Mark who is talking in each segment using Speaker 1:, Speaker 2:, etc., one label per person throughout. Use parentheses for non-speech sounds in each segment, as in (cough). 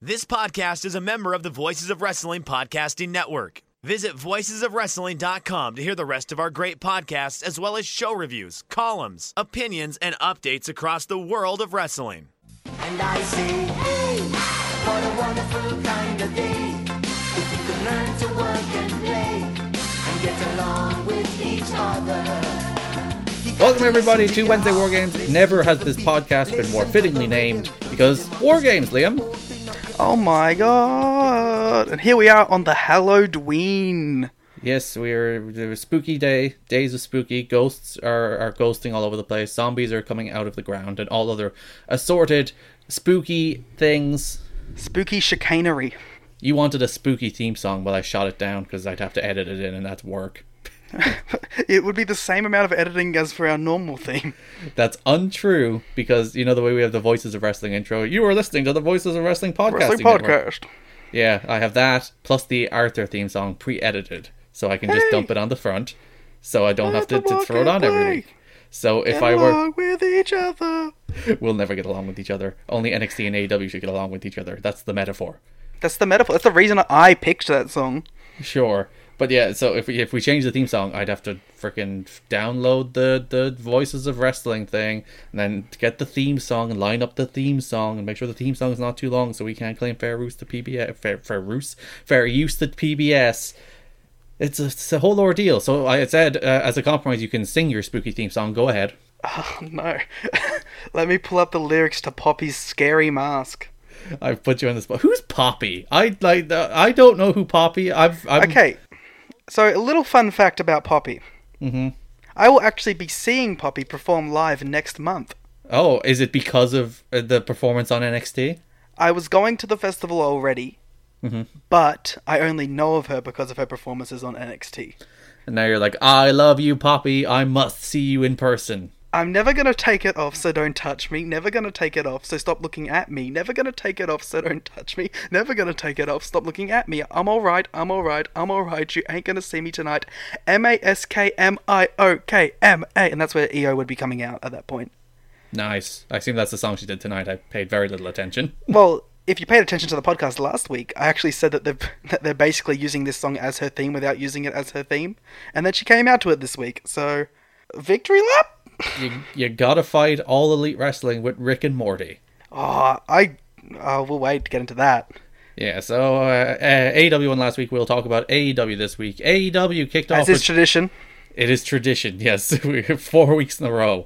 Speaker 1: This podcast is a member of the Voices of Wrestling Podcasting Network. Visit voicesofwrestling.com to hear the rest of our great podcasts, as well as show reviews, columns, opinions, and updates across the world of wrestling.
Speaker 2: And I say, hey, what a wonderful kind of day. If you could learn to work and play and get along with each other.
Speaker 3: Welcome everybody to Wednesday War Games. Never has this podcast been more fittingly named because War Games, Liam.
Speaker 4: Oh my god! And here we are on the Halloween.
Speaker 3: Yes, we're it was spooky day. Days of spooky. Ghosts are are ghosting all over the place. Zombies are coming out of the ground and all other assorted spooky things.
Speaker 4: Spooky chicanery.
Speaker 3: You wanted a spooky theme song, but I shot it down because I'd have to edit it in, and that's work.
Speaker 4: It would be the same amount of editing as for our normal theme.
Speaker 3: That's untrue because you know the way we have the Voices of Wrestling intro. You are listening to the Voices of Wrestling podcast.
Speaker 4: Wrestling podcast.
Speaker 3: Yeah, I have that plus the Arthur theme song pre-edited, so I can just
Speaker 4: Hey!
Speaker 3: dump it on the front, so I don't have to,
Speaker 4: Let the
Speaker 3: to throw it on
Speaker 4: market
Speaker 3: every
Speaker 4: play.
Speaker 3: week. So if
Speaker 4: Get
Speaker 3: I were,
Speaker 4: along with each other.
Speaker 3: we'll never get along with each other. Only NXT and AEW should get along with each other. That's the metaphor.
Speaker 4: That's the metaphor. That's the reason I picked that song. (laughs)
Speaker 3: Sure, but yeah. So if we if we change the theme song, I'd have to freaking download the the Voices of Wrestling thing, and then get the theme song and line up the theme song and make sure the theme song is not too long, so we can't claim fair use to PBS, fair fair use, fair use to PBS. It's a, it's a whole ordeal. So I said, uh, as a compromise, you can sing your spooky theme song. Go ahead.
Speaker 4: No. (laughs) Let me pull up the lyrics to Poppy's Scary Mask.
Speaker 3: I've put you on the spot. Who's Poppy? I like. Uh, I don't know who Poppy. I've. I'm,
Speaker 4: Okay, so a little fun fact about Poppy. Mm-hmm. I will actually be seeing Poppy perform live next month.
Speaker 3: Oh, is it because of uh, the performance on NXT?
Speaker 4: I was going to the festival already, but I only know of her because of her performances on NXT.
Speaker 3: And now you're like, I love you, Poppy. I must see you in person.
Speaker 4: I'm never gonna take it off, so don't touch me. Never gonna take it off, so stop looking at me. Never gonna take it off, so don't touch me. Never gonna take it off, stop looking at me. I'm alright, I'm alright, I'm alright. You ain't gonna see me tonight. M A S K M I O K M A. And that's where EO would be coming out at that point.
Speaker 3: Nice. I assume that's the song she did tonight. I paid very little
Speaker 4: (laughs)
Speaker 3: attention.
Speaker 4: Well, if you paid attention to the podcast last week, I actually said that they're, (laughs) that they're basically using this song as her theme without using it as her theme, and then she came out to it this week. So, victory lap.
Speaker 3: you, you gotta fight all elite wrestling with Rick and Morty.
Speaker 4: Oh, I oh, we'll wait to get into that.
Speaker 3: Yeah, so uh, uh, AEW one last week. We'll talk about AEW this week. AEW kicked off.
Speaker 4: As is
Speaker 3: with-
Speaker 4: tradition.
Speaker 3: It is tradition, (laughs) yes. We- Four weeks in a row.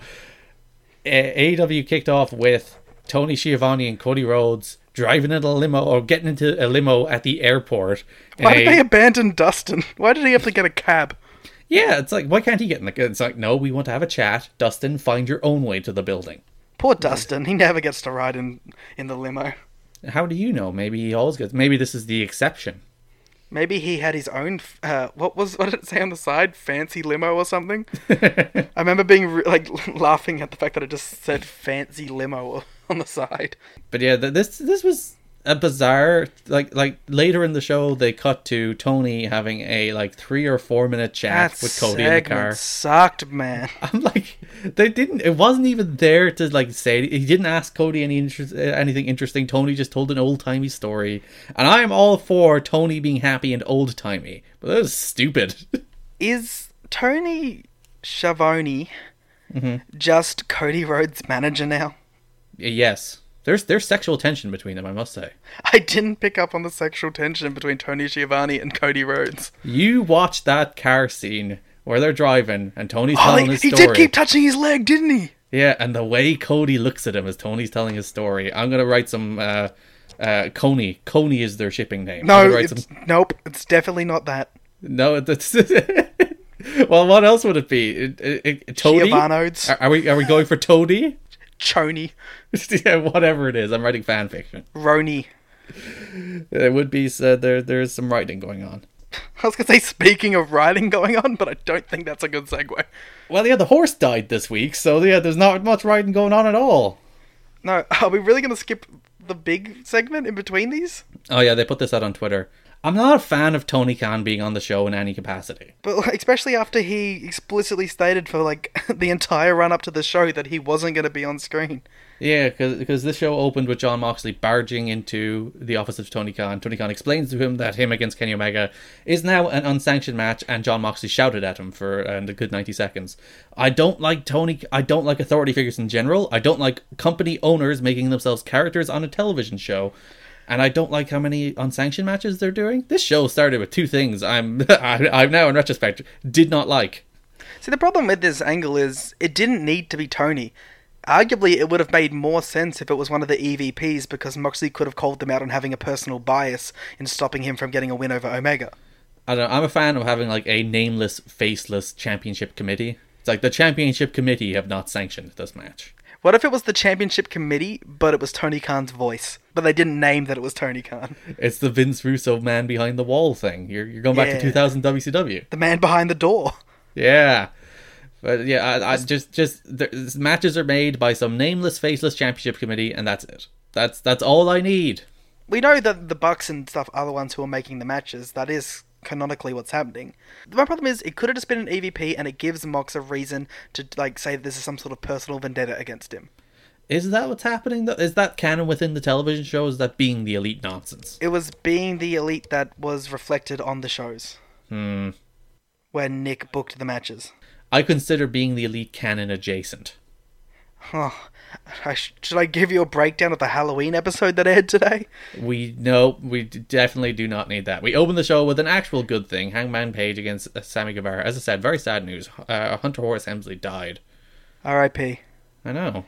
Speaker 3: A- AEW kicked off with Tony Schiavone and Cody Rhodes driving in a limo or getting into a limo at the airport. in
Speaker 4: Why did
Speaker 3: a-
Speaker 4: they abandon Dustin? (laughs) Why did he have to get a cab?
Speaker 3: Yeah, it's like why can't he get in the? It's like no, we want to have a chat. Dustin, find your own way to the building.
Speaker 4: Poor Dustin. He never gets to ride in in the limo.
Speaker 3: How do you know? Maybe he always gets. Maybe this is the exception.
Speaker 4: Maybe he had his own. f- Uh, what was (laughs) what did it say on the side? Fancy limo
Speaker 3: (laughs)
Speaker 4: or something? I remember being re- like (laughs) laughing at the fact that it just said fancy limo (laughs) on the side.
Speaker 3: But yeah, th- this this was a bizarre. Like like later in the show, they cut to Tony having a like three or four minute chat
Speaker 4: That
Speaker 3: with Cody in the
Speaker 4: segment
Speaker 3: car.
Speaker 4: sucked, man.
Speaker 3: (laughs) I'm like, they didn't. It wasn't even there to like say. He didn't ask Cody any interest, eh, anything interesting. Tony just told an old timey story, and I am all for Tony being happy and old timey. But that was stupid. (laughs)
Speaker 4: Is Tony Schiavone
Speaker 3: Mm-hmm.
Speaker 4: just Cody Rhodes' manager now?
Speaker 3: yes, there's there's sexual tension between them. I must say.
Speaker 4: I didn't pick up on the sexual tension between Tony Schiavone and Cody Rhodes.
Speaker 3: You watch that car scene where they're driving, and Tony's
Speaker 4: Oh,
Speaker 3: telling
Speaker 4: he,
Speaker 3: his
Speaker 4: he
Speaker 3: story.
Speaker 4: did keep touching his leg, didn't he?
Speaker 3: Yeah, and the way Cody looks at him as Tony's telling his story, I'm gonna write some. uh uh Coney. Coney is their shipping name. I'm
Speaker 4: No,
Speaker 3: gonna write
Speaker 4: it's, nope. It's definitely not that.
Speaker 3: No, that's (laughs) well. What else would it be? It, it, it, toady?
Speaker 4: Giovanno's.
Speaker 3: Are, are we are we going for toady?
Speaker 4: Choney,
Speaker 3: (laughs) yeah, whatever it is. I'm writing fan fiction.
Speaker 4: Roni.
Speaker 3: It would be said there. There's some writing going on.
Speaker 4: I was gonna say speaking of riding going on, but I don't think that's a good segue.
Speaker 3: Well, yeah, the horse died this week, so yeah, there's not much writing going on at all.
Speaker 4: No, are we really gonna skip the big segment in between these?
Speaker 3: Oh yeah, they put this out on Twitter. I'm not a fan of Tony Khan being on the show in any capacity.
Speaker 4: But like, especially after he explicitly stated for like (laughs) the entire run up to the show that he wasn't going to be on screen.
Speaker 3: Yeah, because this show opened with John Moxley barging into the office of Tony Khan. Tony Khan explains to him that him against Kenny Omega is now an unsanctioned match, and John Moxley shouted at him for and a good ninety seconds. I don't like Tony. I don't like authority figures in general. I don't like company owners making themselves characters on a television show, and I don't like how many unsanctioned matches they're doing. This show started with two things. I'm (laughs) I, I'm now in retrospect did not like.
Speaker 4: See, the problem with this angle is it didn't need to be Tony. Arguably, it would have made more sense if it was one of the EVPs because Moxley could have called them out on having a personal bias in stopping him from getting a win over Omega.
Speaker 3: I don't know. I'm a fan of having like a nameless, faceless championship committee. It's like the championship committee have not sanctioned this match.
Speaker 4: What if it was the championship committee, but it was Tony Khan's voice? But they didn't name that it was Tony Khan. (laughs)
Speaker 3: It's the Vince Russo man behind the wall thing. You're you're going back
Speaker 4: Yeah.
Speaker 3: to 2000 WCW.
Speaker 4: The man behind the door.
Speaker 3: Yeah. But yeah, I, I just just there's, matches are made by some nameless, faceless championship committee, and that's it. That's that's all I need.
Speaker 4: We know that the Bucks and stuff are the ones who are making the matches. That is canonically what's happening. My problem is it could have just been an EVP and it gives Mox a reason to like say this is some sort of personal vendetta against him.
Speaker 3: Is that what's happening? Though? Is that canon within the television show? Is that being the elite nonsense?
Speaker 4: It was being the elite that was reflected on the shows. Hmm. Where Nick booked the matches.
Speaker 3: I consider being the elite canon adjacent.
Speaker 4: Huh. I sh- should I give you a breakdown of the Halloween episode that aired today?
Speaker 3: We no, we d- definitely do not need that. We open the show with an actual good thing: Hangman Page against uh, Sammy Guevara. As I said, very sad news. Uh, Hunter Horace Hemsley died.
Speaker 4: R.I.P.
Speaker 3: I know.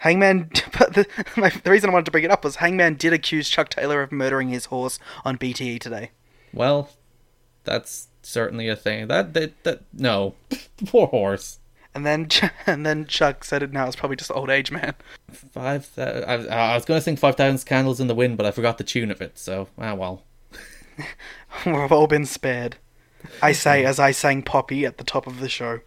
Speaker 4: Hangman. (laughs) But the, my, the reason I wanted to bring it up was Hangman did accuse Chuck Taylor of murdering his horse on BTE today.
Speaker 3: Well, that's certainly a thing. That that, that no, (laughs) poor horse.
Speaker 4: And then Ch- (laughs) and then Chuck said it now it's probably just old age man. (laughs)
Speaker 3: Five. thou- I, was- I was going to sing Five Thousand Candles in the Wind, but I forgot the tune of it. So ah well.
Speaker 4: We've all been spared. I say as I sang Poppy at the top of the show.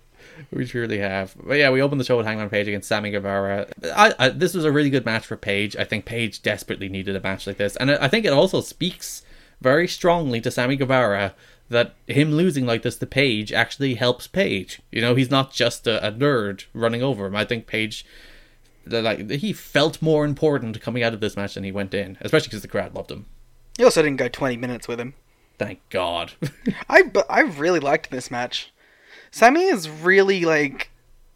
Speaker 3: We truly have. But yeah, we opened the show with Hangman Page against Sammy Guevara. I, I, this was a really good match for Page. I think Page desperately needed a match like this. And I I think it also speaks very strongly to Sammy Guevara that him losing like this to Page actually helps Page. You know, he's not just a, a nerd running over him. I think Page. that, Like he felt more important coming out of this match than he went in, especially because the crowd loved him.
Speaker 4: You also didn't go 20 minutes with him.
Speaker 3: Thank God. (laughs)
Speaker 4: I but I really liked this match. Sammy is really like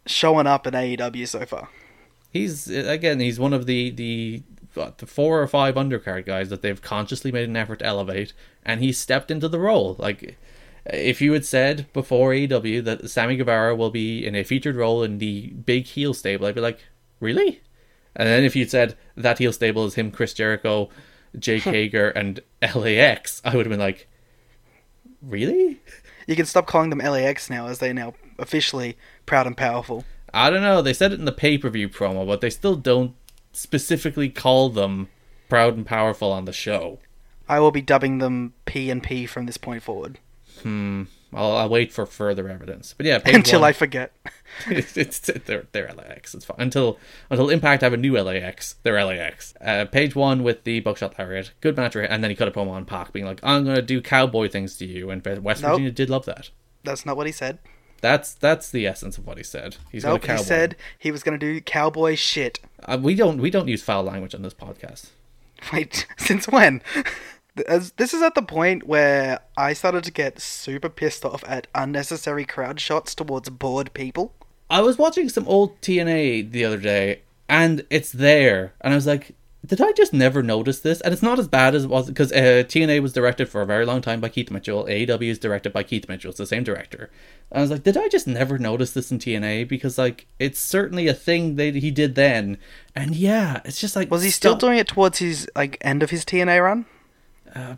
Speaker 4: showing up in AEW so far.
Speaker 3: he's again he's one of the the what, the four or five undercard guys that they've consciously made an effort to elevate and he stepped into the role like if you had said before AEW that Sammy Guevara will be in a featured role in the big heel stable I'd be like really and then if you'd said that heel stable is him Chris Jericho Jake Hager and LAX I would have been like really
Speaker 4: You can stop calling them LAX now as they're now officially proud and powerful.
Speaker 3: I don't know. They said it in the pay per view promo, but they still don't specifically call them proud and powerful on the show.
Speaker 4: I will be dubbing them P and P from this point forward
Speaker 3: I'll, I'll wait for further evidence. But yeah, page
Speaker 4: until
Speaker 3: one,
Speaker 4: I forget.
Speaker 3: (laughs)
Speaker 4: (laughs)
Speaker 3: it's, it's, they're, they're LAX. It's fine. Until until Impact have a new LAX, they're LAX. Uh, page one with the Buckshot Lariat, good match, right? and then he cut a promo on Pac, being like, "I'm gonna do cowboy things to you," and West
Speaker 4: Nope.
Speaker 3: Virginia did love that.
Speaker 4: That's not what he said.
Speaker 3: That's that's the essence of what he said. He's
Speaker 4: Nope,
Speaker 3: gonna
Speaker 4: he
Speaker 3: cowboy.
Speaker 4: said he was going to do cowboy shit. (laughs)
Speaker 3: uh, we don't we don't use foul language on this podcast.
Speaker 4: Wait, (laughs) since when? As- This is at the point where I started to get super pissed off at unnecessary crowd shots towards bored people.
Speaker 3: I was watching some old TNA the other day, and it's there, and I was like, did I just never notice this? And it's not as bad as it was because uh, TNA was directed for a very long time by Keith Mitchell. AEW is directed by Keith Mitchell. It's the same director. And I was like, did I just never notice this in TNA? Because like, it's certainly a thing that he did then. And yeah, it's just like
Speaker 4: Was he still
Speaker 3: stop-
Speaker 4: doing it towards his like end of his TNA run?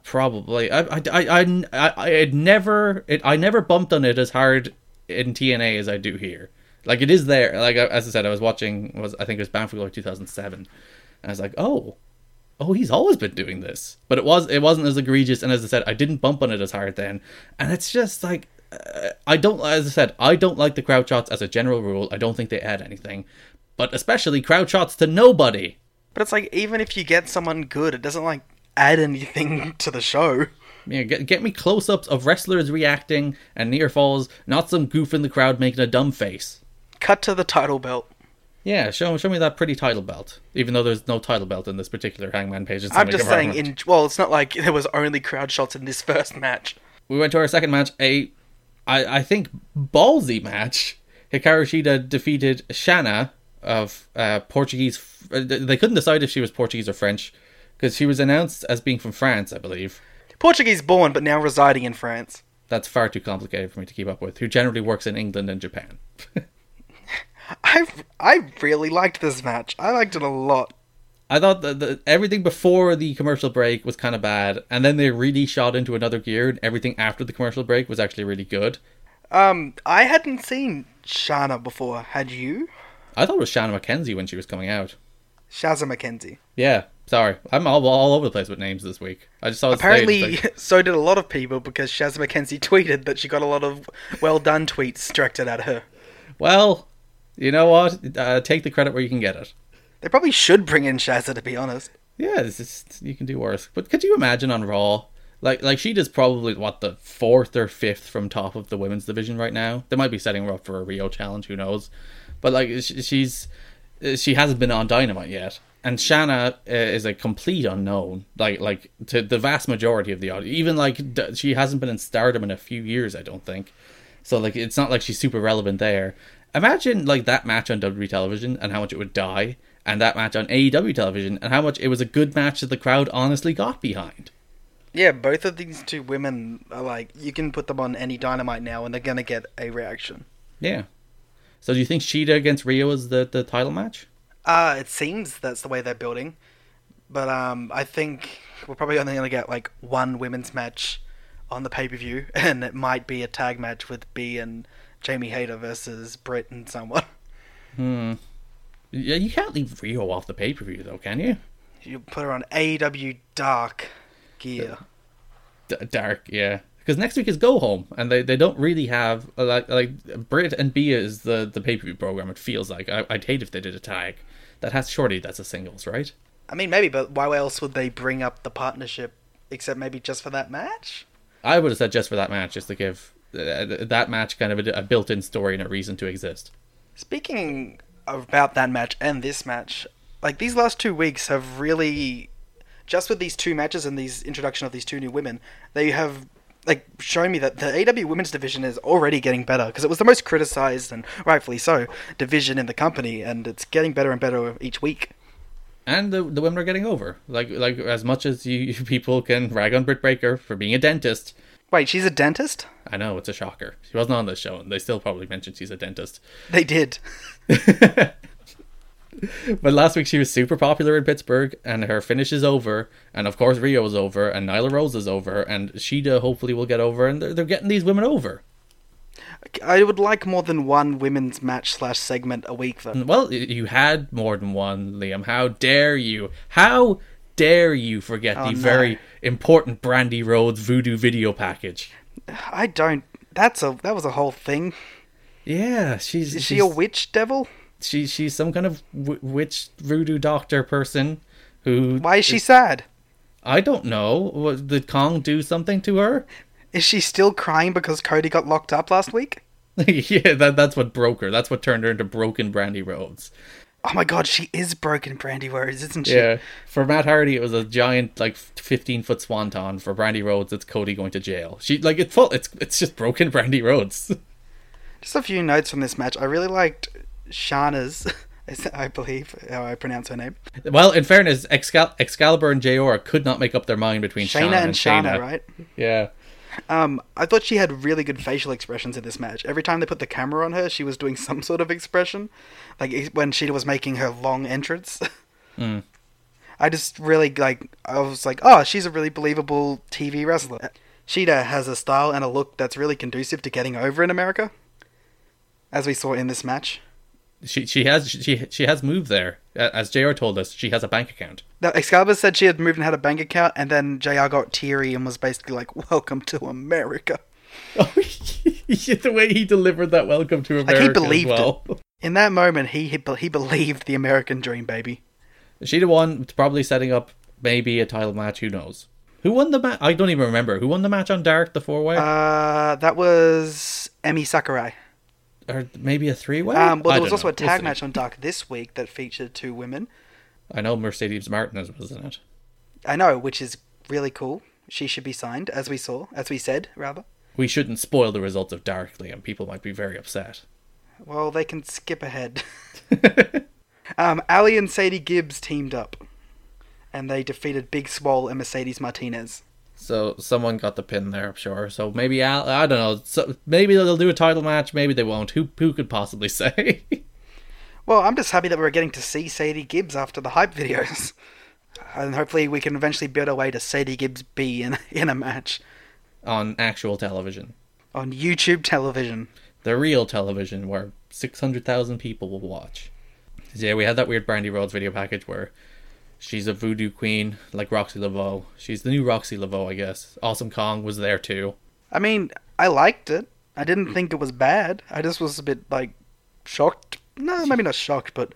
Speaker 3: Probably. I I I I, I, I it never it, I never bumped on it as hard in TNA as I do here. Like it is there. Like I- as I said, I was watching was I think it was Bound for Glory 2007, and I was like, oh, oh, he's always been doing this. But it was it wasn't as egregious, and as I said, I didn't bump on it as hard then. And it's just like uh, I don't. As I said, I don't like the crowd shots as a general rule. I don't think they add anything, but especially crowd shots to nobody.
Speaker 4: But it's like even if you get someone good, it doesn't like add anything (laughs) to the show.
Speaker 3: Yeah, get, get me close ups of wrestlers reacting and near falls, not some goof in the crowd making a dumb face.
Speaker 4: Cut to the title belt.
Speaker 3: Yeah, show, show me that pretty title belt. Even though there's no title belt in this particular Hangman page. it's
Speaker 4: I'm
Speaker 3: not a
Speaker 4: just saying,
Speaker 3: compartment.
Speaker 4: in well, it's not like (laughs) there was only crowd shots in this first match.
Speaker 3: we went to our second match, a I, I think ballsy match. Hikaru Shida defeated Shanna of uh, Portuguese. uh, They they couldn't decide if she was Portuguese or French because she was announced as being from France, I believe.
Speaker 4: Portuguese born, but now residing in France.
Speaker 3: That's far too complicated for me to keep up with. Who generally works in England and Japan.
Speaker 4: I I really liked this match. I liked it a lot.
Speaker 3: I thought that the, everything before the commercial break was kind of bad, and then they really shot into another gear, and everything after the commercial break was actually really good.
Speaker 4: Um, I hadn't seen Shana before. Had you?
Speaker 3: I thought it was Shanna McKenzie when she was coming out.
Speaker 4: Shaza McKenzie.
Speaker 3: Yeah, sorry. I'm all, all over the place with names this week. I just saw this
Speaker 4: Apparently, (laughs)
Speaker 3: stage, it's like,
Speaker 4: so did a lot of people because Shazza McKenzie (laughs) tweeted that she got a lot of well done tweets directed at her.
Speaker 3: well, you know what? Uh, take the credit where you can get it.
Speaker 4: They probably should bring in Shazza, to be honest.
Speaker 3: Yeah, this is, you can do worse. But could you imagine on Raw? Like, like she does probably what the fourth or fifth from top of the women's division right now. They might be setting her up for a Rio challenge. Who knows? But like, sh- she's uh, she hasn't been on Dynamite yet, and Shanna uh, is a complete unknown. Like, like to the vast majority of the audience, even like d- she hasn't been in Stardom in a few years. I don't think. So like, it's not like she's super relevant there. Imagine like that match on WWE television and how much it would die, and that match on AEW television and how much it was a good match that the crowd honestly got behind.
Speaker 4: Yeah, both of these two women are like, you can put them on any dynamite now and they're going to get a reaction.
Speaker 3: Yeah. So do you think Sheeta against Rio is the, the title match?
Speaker 4: Uh, it seems that's the way they're building. But um, I think we're probably only going to get like one women's match on the pay per view, (laughs) and it might be a tag match with B and Jamie Hayter versus Britt and someone. (laughs)
Speaker 3: Yeah, you can't leave Rio off the pay per view though, can you?
Speaker 4: You put her on AEW Dark gear.
Speaker 3: D- dark, yeah. Because next week is go home, and they, they don't really have like like Brit and Bia is the the pay per view program. It feels like I, I'd hate if they did a tag. That has surely that's a singles, right?
Speaker 4: I mean, maybe, but why else would they bring up the partnership except maybe just for that match?
Speaker 3: I would have said just for that match, just to give uh, that match kind of a, a built-in story and a reason to exist.
Speaker 4: Speaking about that match and this match, like these last two weeks have really, just with these two matches and these introduction of these two new women, they have like shown me that the AW women's division is already getting better because it was the most criticized and rightfully so division in the company, and it's getting better and better each week.
Speaker 3: and the, the women are getting over. Like like as much as you, (laughs) you people can rag on Britt Baker for being a dentist,
Speaker 4: Wait, she's a dentist?
Speaker 3: I know it's a shocker. She wasn't on this show, and they still probably mentioned she's a dentist.
Speaker 4: They did.
Speaker 3: But last week she was super popular in Pittsburgh, and her finish is over, and of course Rio is over, and Nyla Rose is over, and Sheeta hopefully will get over, and they're, they're getting these women over.
Speaker 4: I would like more than one women's match slash segment a week though.
Speaker 3: Well, y- you had more than one, Liam. How dare you? How dare you forget the
Speaker 4: no.
Speaker 3: very important Brandy Rhodes voodoo video package?
Speaker 4: I don't. That's a that was a whole thing.
Speaker 3: Yeah, she's
Speaker 4: Is she
Speaker 3: she's-
Speaker 4: a witch devil?
Speaker 3: she she's some kind of w- witch voodoo doctor person who
Speaker 4: Why is she sad?
Speaker 3: I don't know. What, did Kong do something to her? (laughs)
Speaker 4: Is she still crying because Cody got locked up last week?
Speaker 3: yeah, that that's what broke her. That's what turned her into broken Brandy Rhodes.
Speaker 4: Oh my god, she is broken, Brandy Rose, isn't she?
Speaker 3: Yeah. (laughs) For Matt Hardy, it was a giant like fifteen foot swanton. For Brandy Rhodes, it's Cody going to jail. She like it's full. It's it's just broken (laughs) Brandy Rhodes.
Speaker 4: Just a few notes from this match. I really liked Shana's, (laughs) I believe how I pronounce her name.
Speaker 3: well, in fairness, Excal- Excalibur and Jor could not make up their mind between
Speaker 4: Shayna
Speaker 3: Shayna
Speaker 4: and Shana,
Speaker 3: Shayna.
Speaker 4: right?
Speaker 3: Yeah.
Speaker 4: Um, I thought she had really good facial expressions in this match. Every time they put the camera on her, she was doing (laughs) some sort of expression, like e- when she was making her long entrance. (laughs) I just really like. I was like, oh, she's a really believable TV wrestler. Sheeta has a style and a look that's really conducive to getting over in America, as we saw in this match.
Speaker 3: She she has she she has moved there. A- As Jr. told us, she has a bank account. (laughs)
Speaker 4: Now, Excalibur said she had moved and had a bank account, and then JR got teary and was basically like, "Welcome to America."
Speaker 3: the way he delivered that welcome to America.
Speaker 4: Like he
Speaker 3: as
Speaker 4: believed
Speaker 3: well.
Speaker 4: it.
Speaker 3: (laughs)
Speaker 4: In that moment, he he, be- he believed the American dream, baby.
Speaker 3: Sheeta won, probably setting up maybe a title match. Who knows? Who won the match? I don't even remember. Who won the match on Dark, the four way?
Speaker 4: Uh, that was Emi Sakurai.
Speaker 3: or maybe a three way?
Speaker 4: Um, well, there was also a tag match on Dark this week that featured two women.
Speaker 3: I know Mercedes Martinez was in it.
Speaker 4: I know, which is really cool. She should be signed, as we saw, as we said, rather.
Speaker 3: We shouldn't spoil the results of Dark, Liam. People might be very upset.
Speaker 4: Well, they can skip ahead. um, Ali and Sadie Gibbs teamed up, and they defeated Big Swole and Mercedes Martinez.
Speaker 3: So someone got the pin there, I'm sure. So maybe Al- I don't know. So maybe they'll do a title match. Maybe they won't. Who who could possibly (laughs) say?
Speaker 4: Well, I'm just happy that we're getting to see Sadie Gibbs after the hype videos, (laughs) and hopefully we can eventually build our way to Sadie Gibbs B in (laughs) in a match
Speaker 3: on actual television,
Speaker 4: on YouTube television.
Speaker 3: the real television where six hundred thousand people will watch. Yeah, we had that weird Brandy Rhodes video package where she's a voodoo queen like Roxy Laveau. She's the new Roxy Laveau, I guess. Awesome Kong was there too.
Speaker 4: I mean, I liked it. I didn't think it was bad. I just was a bit like shocked. No, maybe not shocked, but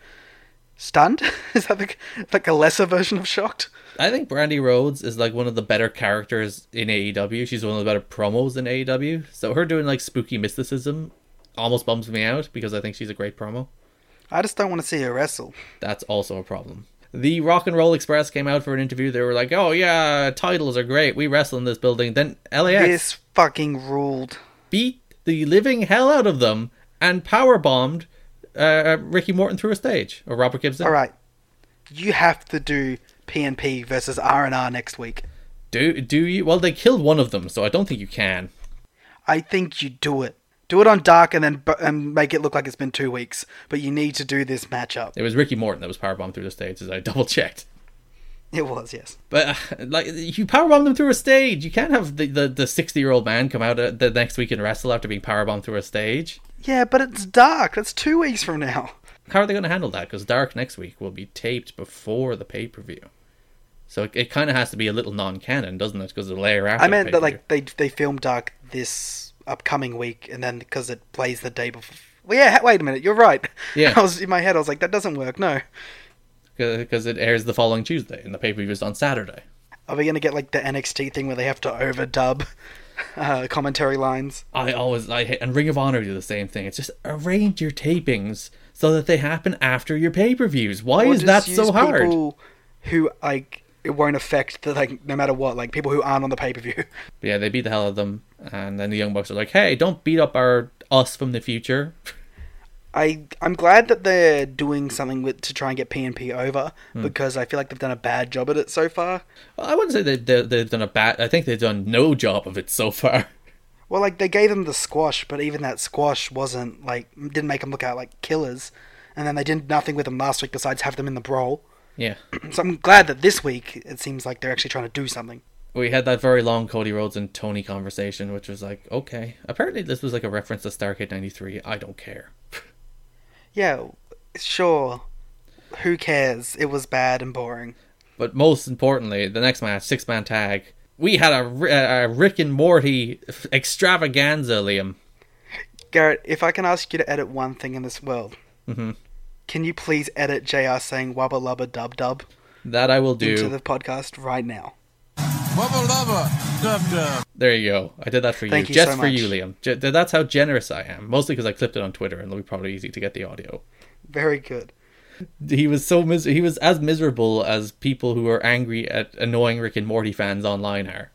Speaker 4: stunned. (laughs) Is that like, like a lesser version of shocked?
Speaker 3: I think Brandy Rhodes is like one of the better characters in AEW. She's one of the better promos in AEW. So her doing like spooky mysticism almost bums me out because I think she's a great promo.
Speaker 4: I just don't want to see her wrestle.
Speaker 3: That's also a problem. The Rock and Roll Express came out for an interview. They were like, "Oh yeah, titles are great. We wrestle in this building." Then LAX
Speaker 4: This fucking ruled.
Speaker 3: beat the living hell out of them and power bombed uh, Ricky Morton through a stage or Robert Gibson.
Speaker 4: All right, you have to do PNP versus R and R next week.
Speaker 3: Do do you? Well, they killed one of them, so I don't think you can.
Speaker 4: I think you do it. Do it on dark and then bu- and make it look like it's been two weeks. But you need to do this matchup.
Speaker 3: It was Ricky Morton that was power bombed through the stage, as I (laughs) double checked.
Speaker 4: It was yes.
Speaker 3: But uh, like you powerbomb them through a stage. You can't have the the, the sixty year old man come out uh, the next week and wrestle after being powerbombed through a stage.
Speaker 4: Yeah, but it's dark. That's two weeks from now.
Speaker 3: How are they going to handle that? Because Dark next week will be taped before the pay per view, so it, it kind of has to be a little non canon, doesn't it? Because the layer after.
Speaker 4: I
Speaker 3: the
Speaker 4: meant that
Speaker 3: pay-per-view.
Speaker 4: like they they film dark this upcoming week, and then because it plays the day before. Well, yeah. Wait a minute. You're right.
Speaker 3: Yeah.
Speaker 4: (laughs) I was in my head. I was like, that doesn't work. No.
Speaker 3: because it airs the following Tuesday, and the pay per view is on Saturday.
Speaker 4: Are we gonna get like the NXT thing where they have to overdub (laughs) uh, commentary lines?
Speaker 3: I always I hate, and Ring of Honor do the same thing. It's just arrange your tapings so that they happen after your pay per views. Why
Speaker 4: Or
Speaker 3: is that
Speaker 4: just use
Speaker 3: so hard?
Speaker 4: People who like it won't affect the like no matter what like people who aren't on the pay per view.
Speaker 3: But yeah, they beat the hell out of them, and then the Young Bucks are like, "Hey, don't beat up our us from the future."
Speaker 4: (laughs) I I'm glad that they're doing something with to try and get PNP over
Speaker 3: Hmm.
Speaker 4: because I feel like they've done a bad job at it so far.
Speaker 3: Well, I wouldn't say they, they they've done a bad. I think they've done no job of it so far. (laughs)
Speaker 4: Well, like they gave them the squash, but even that squash wasn't like didn't make them look out like killers. And then they did nothing with them last week besides have them in the brawl.
Speaker 3: Yeah,
Speaker 4: So I'm glad that this week it seems like they're actually trying to do something.
Speaker 3: we had that very long Cody Rhodes and Tony conversation, which was like, okay, apparently this was like a reference to Starcade '93. I don't care.
Speaker 4: Yeah, sure. Who cares? It was bad and boring.
Speaker 3: But most importantly, the next match, six man tag. We had a, Ri- a Rick and Morty (laughs) extravaganza, Liam.
Speaker 4: Garrett, if I can ask you to edit one thing in this world, can you please edit JR saying wubba lubba dub dub
Speaker 3: That I will do.
Speaker 4: into the podcast right now?
Speaker 5: Bubba Lubba, Dub Dub.
Speaker 3: There you go. I did that for
Speaker 4: Thank
Speaker 3: you.
Speaker 4: you
Speaker 3: Just
Speaker 4: so
Speaker 3: for
Speaker 4: much.
Speaker 3: you, Liam. J- that's how generous I am. Mostly because I clipped it on Twitter and it'll be probably easy to get the audio.
Speaker 4: Very good.
Speaker 3: He was so mis- he was as miserable as people who are angry at annoying Rick and Morty fans online are.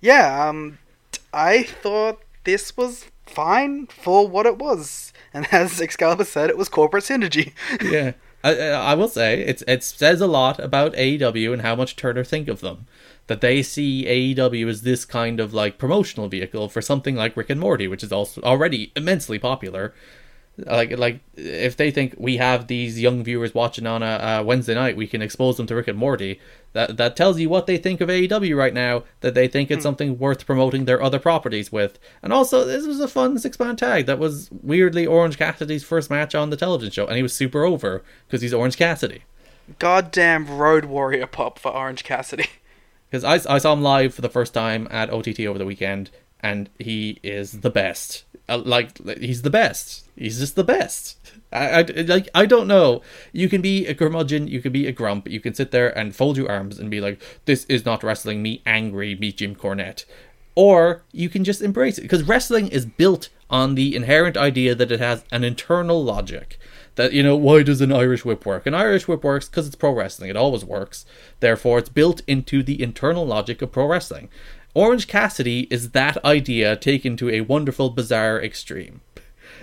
Speaker 4: Yeah, um, t- I thought this was fine for what it was. And (laughs) as Excalibur said, it was corporate synergy. (laughs)
Speaker 3: Yeah. I, I I will say it's it says a lot about AEW and how much Turner think of them that they see AEW as this kind of like promotional vehicle for something like Rick and Morty, which is also already immensely popular. Like like if they think we have these young viewers watching on a, a Wednesday night, we can expose them to Rick and Morty. That that tells you what they think of AEW right now. That they think it's something worth promoting their other properties with. And also, this was a fun six man tag that was weirdly Orange Cassidy's first match on the television show, and he was super over because he's Orange Cassidy.
Speaker 4: Goddamn Road Warrior pop for Orange Cassidy. (laughs)
Speaker 3: because I, I saw him live for the first time at OTT over the weekend, and he is the best. Uh, like like, he's the best. He's just the best. I, I like I don't know. You can be a curmudgeon, you can be a grump, you can sit there and fold your arms and be like, "This is not wrestling." Me angry, me Jim Cornette, or you can just embrace it because wrestling is built on the inherent idea that it has an internal logic that you know why does an irish whip work an irish whip works because it's pro wrestling it always works therefore it's built into the internal logic of pro wrestling orange cassidy is that idea taken to a wonderful bizarre extreme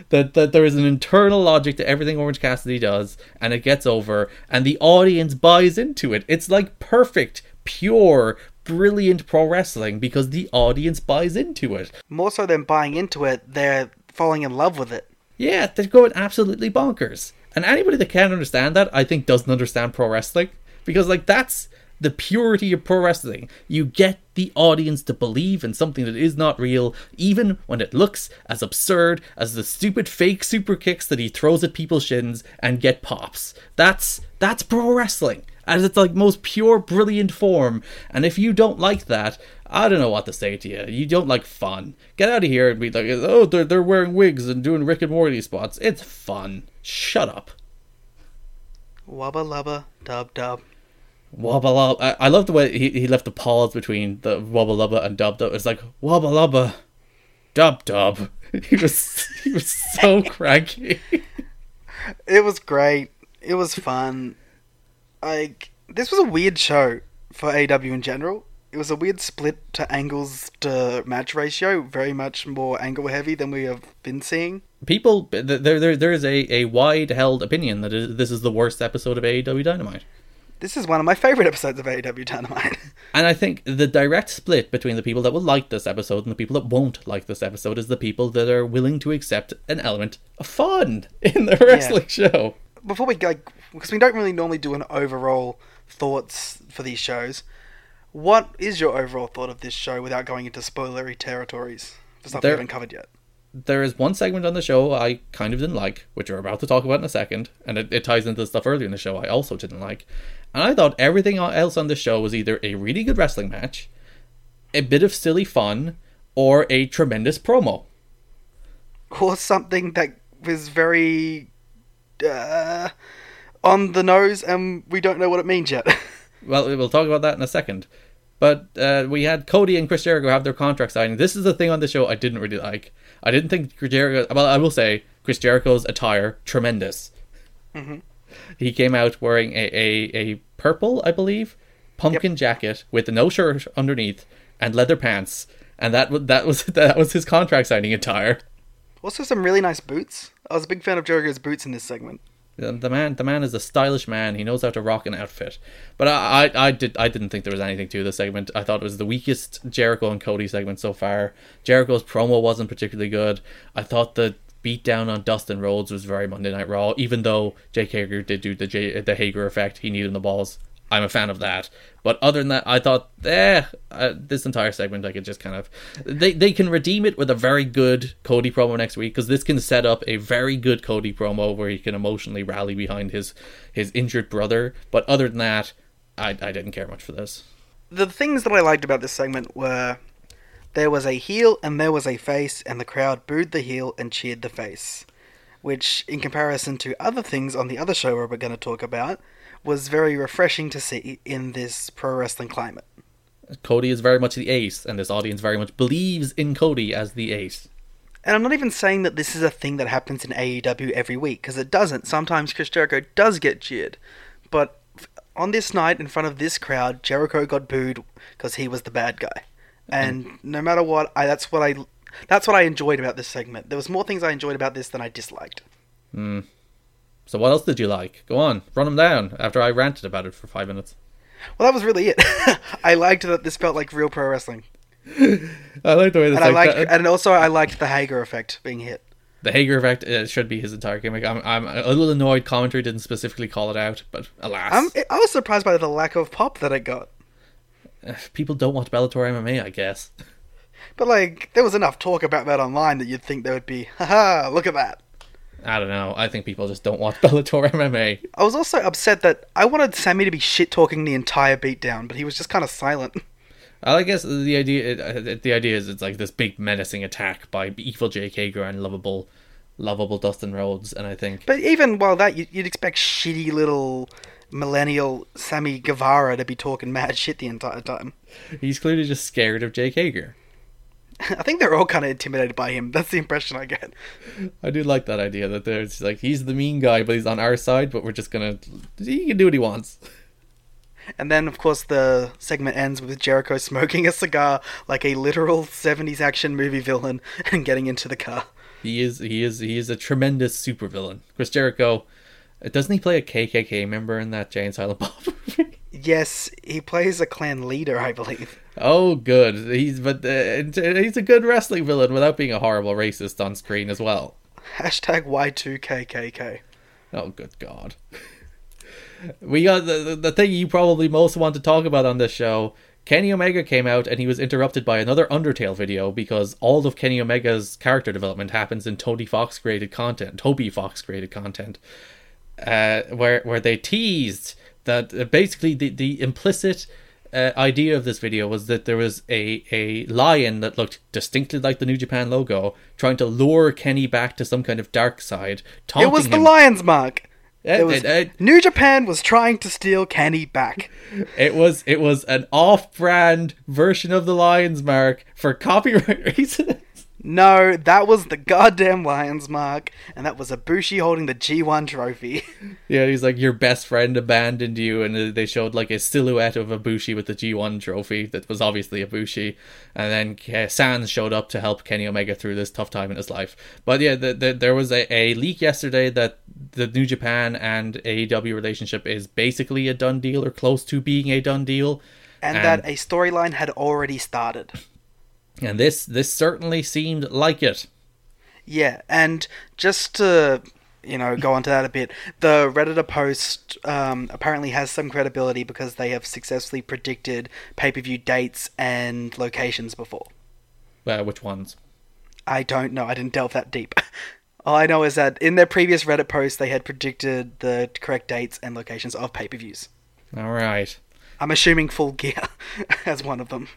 Speaker 3: that, that there is an internal logic to everything Orange Cassidy does, and it gets over, and the audience buys into it. It's like perfect, pure, brilliant pro wrestling because the audience buys into it.
Speaker 4: More so than buying into it, they're falling in love with it.
Speaker 3: Yeah, they're going absolutely bonkers. And anybody that can't understand that, I think, doesn't understand pro wrestling. Because, like, that's the purity of pro wrestling. You get the audience to believe in something that is not real, even when it looks as absurd as the stupid fake super kicks that he throws at people's shins and get pops. That's that's pro wrestling as its like most pure brilliant form and if you don't like that i don't know what to say to you you don't like fun get out of here and be like oh they're, they're wearing wigs and doing rick and morty spots it's fun shut up
Speaker 4: Wubba lubba dub dub.
Speaker 3: wubba lubba I, I love the way he, he left the pause between the wubba lubba and dub dub it's like wubba lubba dub dub (laughs) he was he was so cranky
Speaker 4: It was great. It was fun. Like this was a weird show for AW in general. It was a weird split to angles to match ratio, very much more angle heavy than we have been seeing.
Speaker 3: people th- there there, there is a, a wide held opinion that it- this is the worst episode of AEW Dynamite
Speaker 4: This is one of my favorite episodes of AW Dynamite. (laughs)
Speaker 3: And I think the direct split between the people that will like this episode and the people that won't like this episode is the people that are willing to accept an element of fun (laughs) in the wrestling show.
Speaker 4: Before we go, because we don't really normally do an overall thoughts for these shows, what is your overall thought of this show without going into spoilery territories for stuff
Speaker 3: There-
Speaker 4: we haven't covered yet?
Speaker 3: There is one segment on the show I kind of didn't like, which we're about to talk about in a second, and it, it ties into the stuff earlier in the show I also didn't like. And I thought everything else on the show was either a really good wrestling match, a bit of silly fun, or a tremendous promo.
Speaker 4: or something that was very uh, on the nose and we don't know what it means yet. (laughs)
Speaker 3: Well, we'll talk about that in a second. But uh, we had Cody and Chris Jericho have their contract signing. This is the thing on the show I didn't really like. I didn't think Chris Jericho. Well, I will say Chris Jericho's attire tremendous. He came out wearing a, a, a purple, I believe, pumpkin jacket with no shirt underneath and leather pants, and that wa- that was (laughs) that was his contract signing attire.
Speaker 4: also, some really nice boots. I was a big fan of Jericho's boots in this segment.
Speaker 3: The the man, the man is a stylish man. He knows how to rock an outfit. But I, I, I did, I didn't think there was anything to this segment. I thought it was the weakest Jericho and Cody segment so far. Jericho's promo wasn't particularly good. I thought the beatdown on Dustin Rhodes was very Monday Night Raw. Even though Jake Hager did do the J, the Hager effect, he needed the balls. I'm a fan of that. But other than that, I thought, eh, uh, this entire segment I could just kind of. They, they can redeem it with a very good Cody promo next week because this can set up a very good Cody promo where he can emotionally rally behind his his injured brother. But other than that, I, I didn't care much for this.
Speaker 4: The things that I liked about this segment were there was a heel and there was a face, and the crowd booed the heel and cheered the face. Which, in comparison to other things on the other show we're going to talk about, was very refreshing to see in this pro wrestling climate.
Speaker 3: Cody is very much the ace, and this audience very much believes in Cody as the ace.
Speaker 4: And I'm not even saying that this is a thing that happens in AEW every week, because it doesn't. Sometimes Chris Jericho does get cheered. But f- on this night, in front of this crowd, Jericho got booed because he was the bad guy. And no matter what, I, that's what I. That's what I enjoyed about this segment. There was more things I enjoyed about this than I disliked.
Speaker 3: So what else did you like? Go on, run him down. After I ranted about it for five minutes.
Speaker 4: Well, that was really it. (laughs) I liked that this felt like real pro wrestling,
Speaker 3: I like the uh, way this.
Speaker 4: and I liked, and also I liked the Hager effect being hit.
Speaker 3: The Hager effect uh, should be his entire gimmick. I'm, I'm a little annoyed. Commentary didn't specifically call it out, but alas,
Speaker 4: I'm, I was surprised by the lack of pop that it got.
Speaker 3: people don't watch Bellator MMA. I guess
Speaker 4: But like, there was enough talk about that online that you'd think there would be, haha, look at that.
Speaker 3: I don't know. I think people just don't watch (laughs) Bellator MMA.
Speaker 4: I was also upset that I wanted Sammy to be shit talking the entire beatdown, but he was just kind of silent. (laughs)
Speaker 3: I guess the idea it- uh, it- the idea is it's like this big menacing attack by evil Jake Hager and lovable lovable Dustin Rhodes, and I think
Speaker 4: But even while that, you- you'd expect shitty little millennial Sammy Guevara to be talking mad shit the entire time. (laughs)
Speaker 3: he's clearly just scared of Jake Hager.
Speaker 4: I think they're all kind of intimidated by him. That's the impression I get.
Speaker 3: I do like that idea that there's like he's the mean guy, but he's on our side. But we're just gonna he can do what he wants.
Speaker 4: And then, of course, the segment ends with Jericho smoking a cigar like a literal 70s action movie villain (laughs) and getting into the car.
Speaker 3: He is he is he is a tremendous supervillain. Chris Jericho, uh, doesn't he play a KKK member in that Jane Silent Bob? (laughs) movie?
Speaker 4: Yes, he plays a clan leader, I believe.
Speaker 3: oh, good. He's but uh, he's a good wrestling villain without being a horrible racist on screen as well.
Speaker 4: Hashtag Y2KKK.
Speaker 3: Oh, good God. We got the, the- the thing you probably most want to talk about on this show. Kenny Omega came out and he was interrupted by another Undertale video because all of Kenny Omega's character development happens in Tony Fox created content, Toby Fox created content, uh, where where they teased that uh, basically the the implicit uh, idea of this video was that there was a a lion that looked distinctly like the New Japan logo trying to lure Kenny back to some kind of dark side.
Speaker 4: It
Speaker 3: Taunting
Speaker 4: was the
Speaker 3: him.
Speaker 4: Lion's Mark!
Speaker 3: Yeah,
Speaker 4: It was,
Speaker 3: it- it-
Speaker 4: New Japan was trying to steal Kenny back.
Speaker 3: It was it was an off-brand version of the Lion's Mark for copyright (laughs) reasons.
Speaker 4: No, that was the goddamn Lion's Mark, and that was Ibushi holding the G1 trophy. (laughs)
Speaker 3: yeah, he's like your best friend abandoned you, and uh, they showed like a silhouette of Ibushi with the G1 trophy that was obviously Ibushi, and then uh, Sans showed up to help Kenny Omega through this tough time in his life. But yeah, the, the, there was a, a leak yesterday that the New Japan and AEW relationship is basically a done deal or close to being a done deal.
Speaker 4: and
Speaker 3: And-
Speaker 4: that a storyline had already started.
Speaker 3: And this this certainly seemed like it.
Speaker 4: Yeah, and just to you know go onto that a bit, the Redditor post um, apparently has some credibility because they have successfully predicted pay per view dates and locations before.
Speaker 3: Uh, which ones?
Speaker 4: I don't know. I didn't delve that deep. (laughs) All I know is that in their previous Reddit post, they had predicted the correct dates and locations of pay per views.
Speaker 3: All right.
Speaker 4: I'm assuming Full Gear (laughs) as one of them.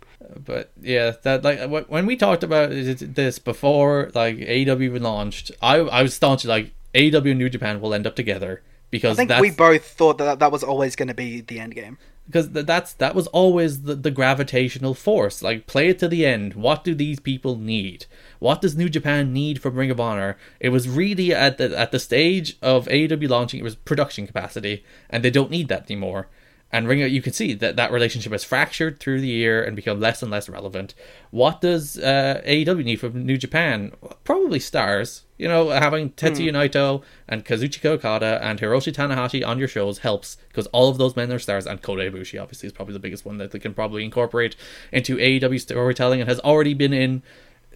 Speaker 3: but yeah, that like wh- when we talked about it- this before, like AEW launched, I I was staunchly like AEW and New Japan will end up together
Speaker 4: I
Speaker 3: because
Speaker 4: think
Speaker 3: that's
Speaker 4: we both thought that that was always going to be the end game.
Speaker 3: because th- that's that was always the, the gravitational force. Like play it to the end. What do these people need? What does New Japan need from Ring of Honor? It was really at the at the stage of AEW launching, it was production capacity, and they don't need that anymore. And Ring, of- you can see that that relationship has fractured through the year and become less and less relevant. What does uh, AEW need from New Japan? Probably stars. You know, having Tetsuya
Speaker 4: Hmm.
Speaker 3: Naito and Kazuchika Okada and Hiroshi Tanahashi on your shows helps because all of those men are stars. And Kota Ibushi obviously is probably the biggest one that they can probably incorporate into AEW storytelling and has already been in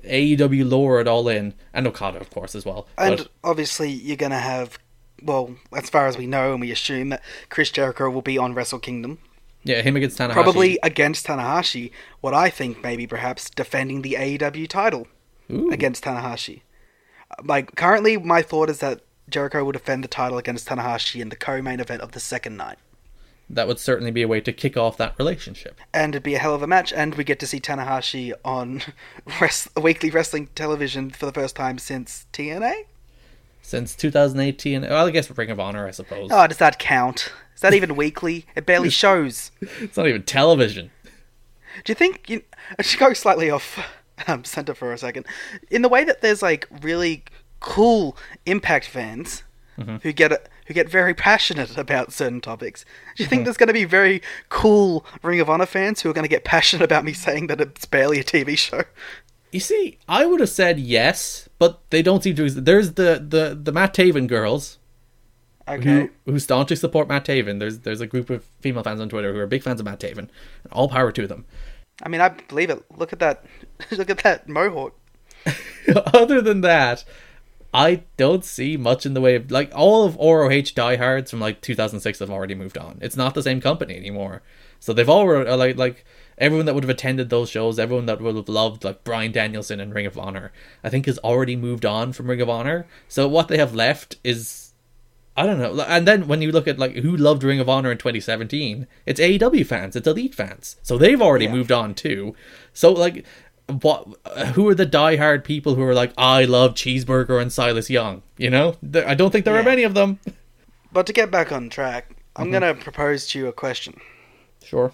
Speaker 3: AEW lore at all in, and Okada of course as well.
Speaker 4: And
Speaker 3: But-
Speaker 4: obviously, you're going to have, well, as far as we know, and we assume that Chris Jericho will be on Wrestle Kingdom,
Speaker 3: yeah, him against Tanahashi.
Speaker 4: probably against Tanahashi. What I think, maybe perhaps defending the AEW title
Speaker 3: Ooh.
Speaker 4: against Tanahashi. Like currently, my thought is that Jericho will defend the title against Tanahashi in the co-main event of the second night,
Speaker 3: that would certainly be a way to kick off that relationship.
Speaker 4: and it'd be a hell of a match. And we get to see Tanahashi on (laughs) res- weekly wrestling television for the first time since TNA.
Speaker 3: Since 2018, well, I guess Ring of Honor, I suppose.
Speaker 4: Oh, does that count? Is that even weekly? It barely shows.
Speaker 3: It's not even television.
Speaker 4: Do you think you, I should go slightly off um, center for a second? In the way that there's like really cool Impact fans who get who get very passionate about certain topics. Do you think there's going to be very cool Ring of Honor fans who are going to get passionate about me saying that it's barely a TV show?
Speaker 3: You see, I would have said yes, but they don't seem to. Exist. There's the the the Matt Taven girls
Speaker 4: Okay.
Speaker 3: who who staunchly support Matt Taven. There's there's a group of female fans on Twitter who are big fans of Matt Taven. And all power to them.
Speaker 4: I mean, I believe it. Look at that. (laughs) Look at that mohawk.
Speaker 3: (laughs) Other than that, I don't see much in the way of like all of ROH diehards from like 2006 have already moved on. It's not the same company anymore. So they've all uh, like like everyone that would have attended those shows, everyone that would have loved like Brian Danielson and Ring of Honor, I think has already moved on from Ring of Honor. So what they have left is I don't know. And then when you look at like who loved Ring of Honor in 2017, it's AEW fans, it's Elite fans. So they've already moved on too. So like what who are the diehard people who are like I love Cheeseburger and Silas Young, you know? There- I don't think there are
Speaker 4: Yeah.
Speaker 3: many of them.
Speaker 4: But to get back on track, I'm gonna propose to you a question.
Speaker 3: Sure.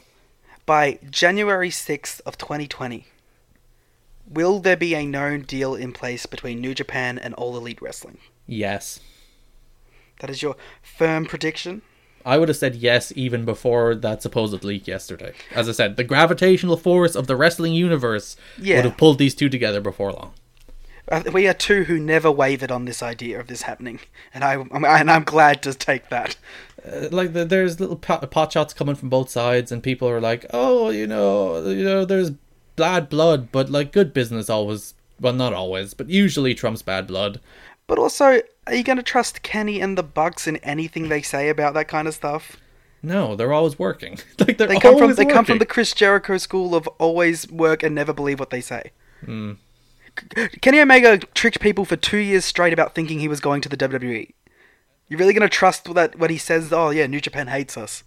Speaker 4: By January 6th of 2020, will there be a known deal in place between New Japan and All Elite Wrestling?
Speaker 3: Yes.
Speaker 4: That is your firm prediction.
Speaker 3: I would have said yes even before that supposed leak yesterday. As I said, the gravitational force of the wrestling universe
Speaker 4: Yeah.
Speaker 3: would have pulled these two together before long.
Speaker 4: Uh, We are two who never wavered on this idea of this happening, and I I'm- and I'm glad to take that.
Speaker 3: like the, there's little pot, pot shots coming from both sides and people are like oh you know you know there's bad blood but like good business always well not always but usually trumps bad blood
Speaker 4: But also, are you going to trust Kenny and the Bucks in anything they say about that kind of stuff?
Speaker 3: no they're always working (laughs) like they're
Speaker 4: They come from
Speaker 3: always
Speaker 4: they come from the
Speaker 3: working.
Speaker 4: Chris Jericho school of always work and never believe what they say.
Speaker 3: Hmm.
Speaker 4: Kenny Omega tricked people for two years straight about thinking he was going to the WWE. You really going to trust that when he says, "Oh yeah, New Japan hates us"?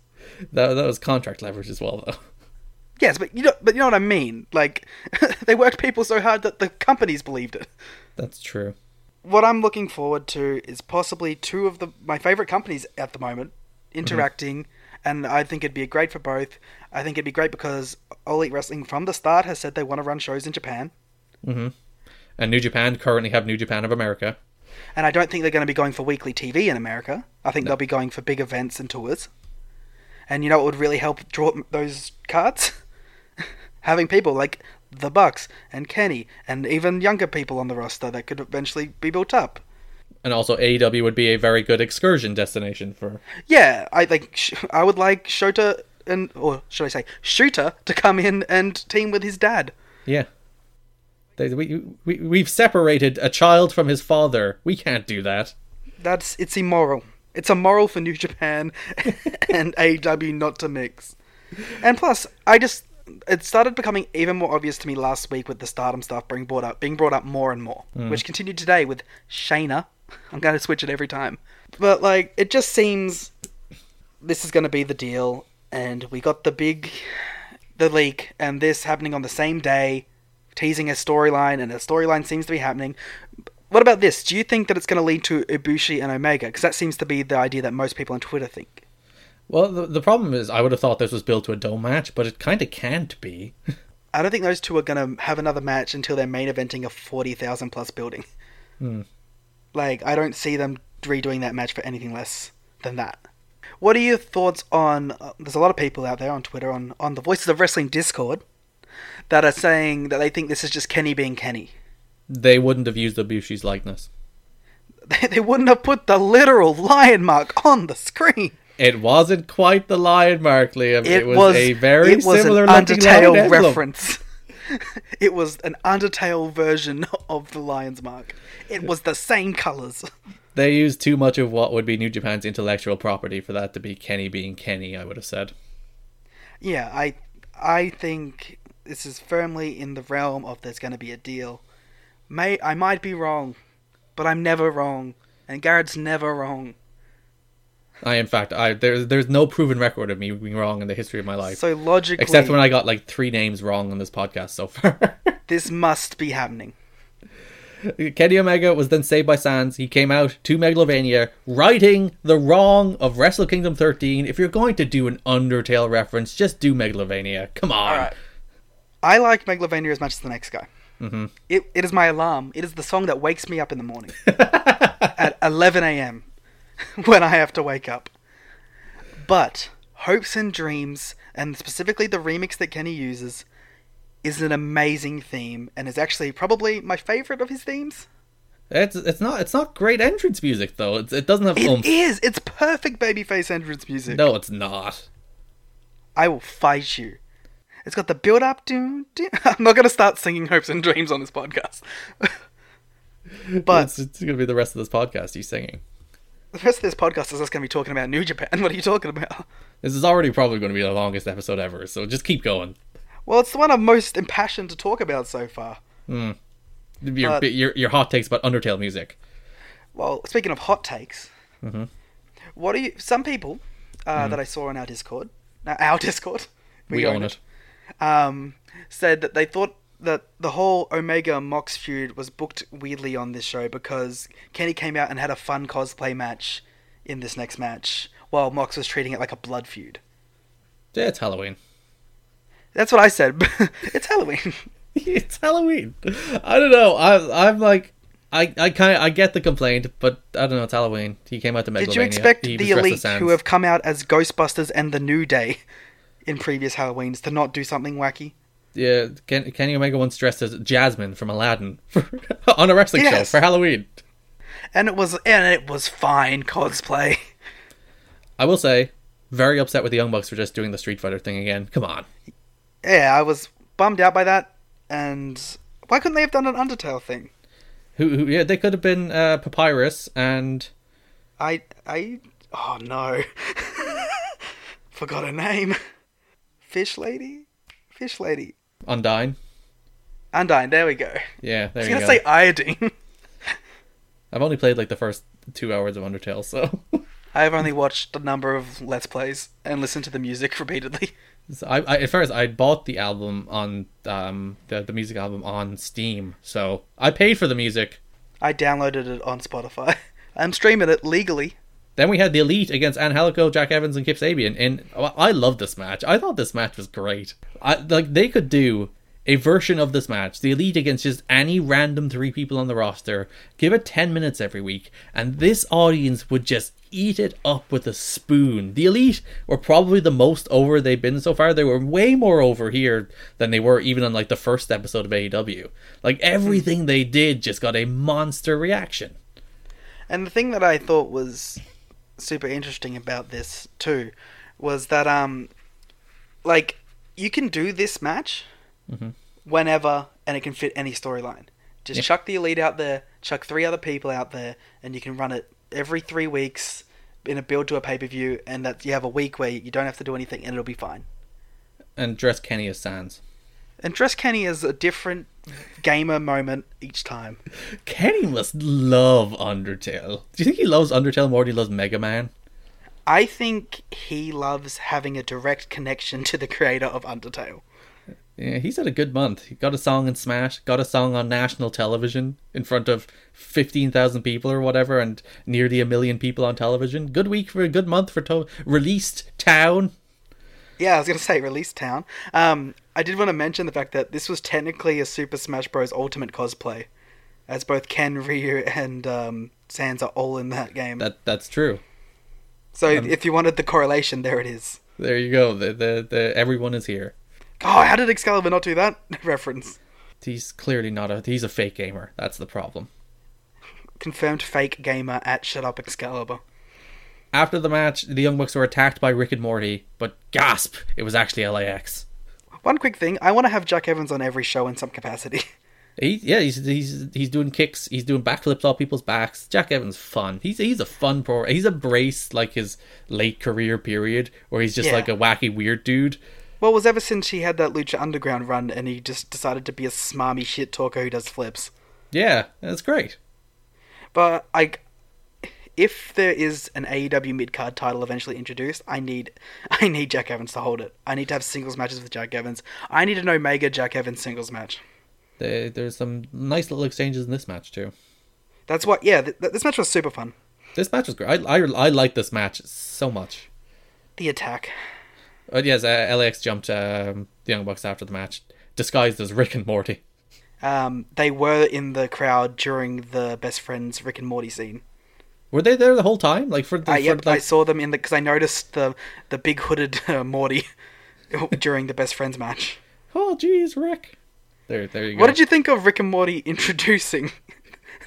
Speaker 3: that, that was contract leverage as well though (laughs)
Speaker 4: Yes, but you know, but you know what I mean. Like, (laughs) they worked people so hard that the companies believed it.
Speaker 3: that's true
Speaker 4: what I'm looking forward to is possibly two of the my favorite companies at the moment interacting, and I think it'd be great for both. I think it'd be great because All Elite Wrestling from the start has said they want to run shows in Japan,
Speaker 3: and new japan currently have new japan of america
Speaker 4: and I don't think they're going to be going for weekly TV in America. I think they'll be going for big events and tours. And you know what would really help draw m- those cards? (laughs) Having people like the Bucks and Kenny and even younger people on the roster that could eventually be built up.
Speaker 3: and also AEW would be a very good excursion destination for
Speaker 4: Yeah, I like. Sh- I would like Shota and, or should I say, Shooter to come in and team with his dad.
Speaker 3: yeah they, we, we, we've separated a child from his father we can't do that
Speaker 4: That's it's immoral. It's immoral for New Japan (laughs) and AEW not to mix. And plus, I just it started becoming even more obvious to me last week with the Stardom stuff being brought up, being brought up more and more, which continued today with Shayna. (laughs) I'm going to switch it every time, but like it just seems this is going to be the deal, and we got the big the leak and this happening on the same day, teasing a storyline, and a storyline seems to be happening. What about this? Do you think that it's going to lead to Ibushi and Omega? Because that seems to be the idea that most people on Twitter think.
Speaker 3: Well, the, the problem is, I would have thought this was built to a dome match, but it kind of can't be.
Speaker 4: I don't think those two are going to have another match until they're main eventing a 40,000 plus building. Like, I don't see them redoing that match for anything less than that. What are your thoughts on. Uh, there's a lot of people out there on Twitter, on, on the Voices of Wrestling Discord, that are saying that they think this is just Kenny being Kenny.
Speaker 3: They wouldn't have used Ibushi's likeness.
Speaker 4: They, they wouldn't have put the literal lion mark on the screen.
Speaker 3: It wasn't quite the lion mark, Liam. It, was, a very
Speaker 4: it was
Speaker 3: similar
Speaker 4: an
Speaker 3: looking lion
Speaker 4: Undertale
Speaker 3: emblem.
Speaker 4: reference. (laughs) it was an Undertale version of the Lion's Mark. It was the same colors.
Speaker 3: They used too much of what would be New Japan's intellectual property for that to be Kenny being Kenny. I would have said.
Speaker 4: Yeah, I I think this is firmly in the realm of there's going to be a deal. May I might be wrong, but I'm never wrong, and Garrett's never wrong.
Speaker 3: I, in fact, I there's there's no proven record of me being wrong in the history of my life,
Speaker 4: So logically,
Speaker 3: except when I got like three names wrong on this podcast so far. (laughs)
Speaker 4: this must be happening.
Speaker 3: Kenny Omega was then saved by Sans. He came out to Megalovania, righting the wrong of Wrestle Kingdom 13. If you're going to do an Undertale reference, just do Megalovania. Come on.
Speaker 4: Alright. I like Megalovania as much as the next guy. Mm-hmm. It, it is my alarm. It is the song that wakes me up in
Speaker 3: (laughs)
Speaker 4: the morning at 11 a.m. (laughs) when I have to wake up. But Hopes and Dreams, and specifically the remix that Kenny uses, is an amazing theme and is actually probably my favorite of his themes.
Speaker 3: It's it's not it's not great entrance music though. It's, it doesn't have
Speaker 4: It
Speaker 3: oomph.
Speaker 4: is. It's perfect babyface entrance
Speaker 3: (laughs)
Speaker 4: music.
Speaker 3: No, it's not.
Speaker 4: I will fight you. It's got the build up. Do, do. (laughs) I'm not going to start singing Hopes and Dreams on this podcast. (laughs) but
Speaker 3: It's, it's going to be the rest of this podcast. You singing.
Speaker 4: the rest of this podcast is us going to be talking about New Japan. (laughs) What are you talking about?
Speaker 3: This is already probably going to be the longest episode ever. So just keep going.
Speaker 4: Well, it's the one I'm most impassioned to talk about so far.
Speaker 3: Your
Speaker 4: But-
Speaker 3: your, your hot takes about Undertale music. Mm-hmm.
Speaker 4: Well, speaking of hot takes, What are you? Some people uh, that I saw on our Discord, uh, our (laughs) Discord,
Speaker 3: We own it.
Speaker 4: um, said that they thought that the whole Omega Mox feud was booked weirdly on this show because Kenny came out and had a fun cosplay match in this next match, while Mox was treating it like a blood feud.
Speaker 3: Yeah, it's Halloween.
Speaker 4: That's what I said. (laughs) it's Halloween. (laughs)
Speaker 3: (laughs) it's Halloween. I don't know. I I'm like I I kind of I get the complaint, but I don't know. It's Halloween. He came out to Megalomania.
Speaker 4: Did you expect
Speaker 3: He was
Speaker 4: the
Speaker 3: dressed as
Speaker 4: elite
Speaker 3: Sans.
Speaker 4: who have come out as Ghostbusters and the New Day in previous Halloweens to not do something wacky?
Speaker 3: yeah Ken, Kenny Omega once dressed as Jasmine from Aladdin (laughs) on a wrestling show
Speaker 4: Yes.
Speaker 3: for Halloween.
Speaker 4: And it was and it was fine cosplay. (laughs)
Speaker 3: I will say, very upset with the Young Bucks for just doing the Street Fighter thing again. Come on.
Speaker 4: Yeah, I was bummed out by that. And why couldn't they have done an Undertale thing?
Speaker 3: Who, who yeah, they could have been uh, Papyrus and
Speaker 4: I I oh no, (laughs) forgot her name. Fish lady, fish lady,
Speaker 3: Undyne.
Speaker 4: Undyne. There we go.
Speaker 3: Yeah, there
Speaker 4: I was
Speaker 3: you
Speaker 4: gonna
Speaker 3: go.
Speaker 4: say iodine. (laughs)
Speaker 3: I've only played like the first two hours of Undertale, so (laughs)
Speaker 4: I have only watched a number of Let's Plays and listened to the music (laughs) repeatedly.
Speaker 3: So I, I at first I bought the album on um the, the music album on Steam, so I paid for the music.
Speaker 4: I downloaded it on Spotify. (laughs) I'm streaming it legally.
Speaker 3: Then we had the Elite against Angelico, Jack Evans, and Kip Sabian, and I I love this match. I thought this match was great. I like they could do a version of this match, the Elite against just any random three people on the roster. Give it ten minutes every week, and this audience would just eat it up with a spoon. The Elite were probably the most over they've been so far. They were way more over here than they were even on like the first episode of AEW. Like everything they did just got a monster reaction.
Speaker 4: And the thing that I thought was super interesting about this too was that um like you can do this match whenever and it can fit any storyline. Just chuck the elite out there, chuck three other people out there, and you can run it every three weeks in a build to a pay per view, and that you have a week where you don't have to do anything, and it'll be fine.
Speaker 3: And dress Kenny as Sans.
Speaker 4: And Dress Kenny is a different gamer moment each time.
Speaker 3: Kenny must love Undertale. Do you think he loves Undertale more than he loves Mega Man?
Speaker 4: I think he loves having a direct connection to the creator of Undertale.
Speaker 3: Yeah, he's had a good month. He got a song in Smash, got a song on national television in front of 15,000 people or whatever, and nearly a million people on television. Good week for a good month for to- released town.
Speaker 4: Yeah, I was gonna say Release Town. Um, I did want to mention the fact that this was technically a Super Smash Bros. Ultimate cosplay, as both Ken, (laughs) Ryu, and um, Sans are all in that game.
Speaker 3: That That's true.
Speaker 4: so if you wanted the correlation, there it is.
Speaker 3: There you go. The, the, the Everyone is here.
Speaker 4: Oh, how did Excalibur not do that (laughs) reference?
Speaker 3: He's clearly not a. He's a fake gamer. That's the problem.
Speaker 4: Confirmed fake gamer at Shut Up Excalibur.
Speaker 3: After the match, the Young Bucks were attacked by Rick and Morty, but gasp, it was actually LAX.
Speaker 4: One quick thing, I want to have Jack Evans on every show in some capacity. (laughs)
Speaker 3: He, yeah, he's, he's he's doing kicks. He's doing backflips off people's backs. Jack Evans fun. He's he's a fun pro. He's embraced like his late career period where he's just
Speaker 4: Yeah.
Speaker 3: like a wacky weird dude.
Speaker 4: well, it was ever since he had that Lucha Underground run, and he just decided to be a smarmy shit talker who does flips.
Speaker 3: Yeah, that's great.
Speaker 4: But I, if there is an AEW mid card title eventually introduced, I need, (laughs) I need Jack Evans to hold it. I need to have singles matches with Jack Evans. I need an Omega Jack Evans singles match.
Speaker 3: There, there's some nice little exchanges in this match too.
Speaker 4: That's what. Yeah, th- th- this match was super fun.
Speaker 3: This match was great. I I, I like this match so much.
Speaker 4: The attack.
Speaker 3: But yes, uh, LAX jumped um, the Young Bucks after the match, disguised as Rick and Morty.
Speaker 4: Um, they were in the crowd during the best friends Rick and Morty scene.
Speaker 3: Were they there the whole time? Like Oh, for the
Speaker 4: Uh,
Speaker 3: for,
Speaker 4: yep, I
Speaker 3: like,
Speaker 4: saw them in the because I noticed the the big hooded (laughs) uh, Morty during the best friends match.
Speaker 3: oh geez, Rick. There, there you go.
Speaker 4: What did you think of Rick and Morty (laughs) introducing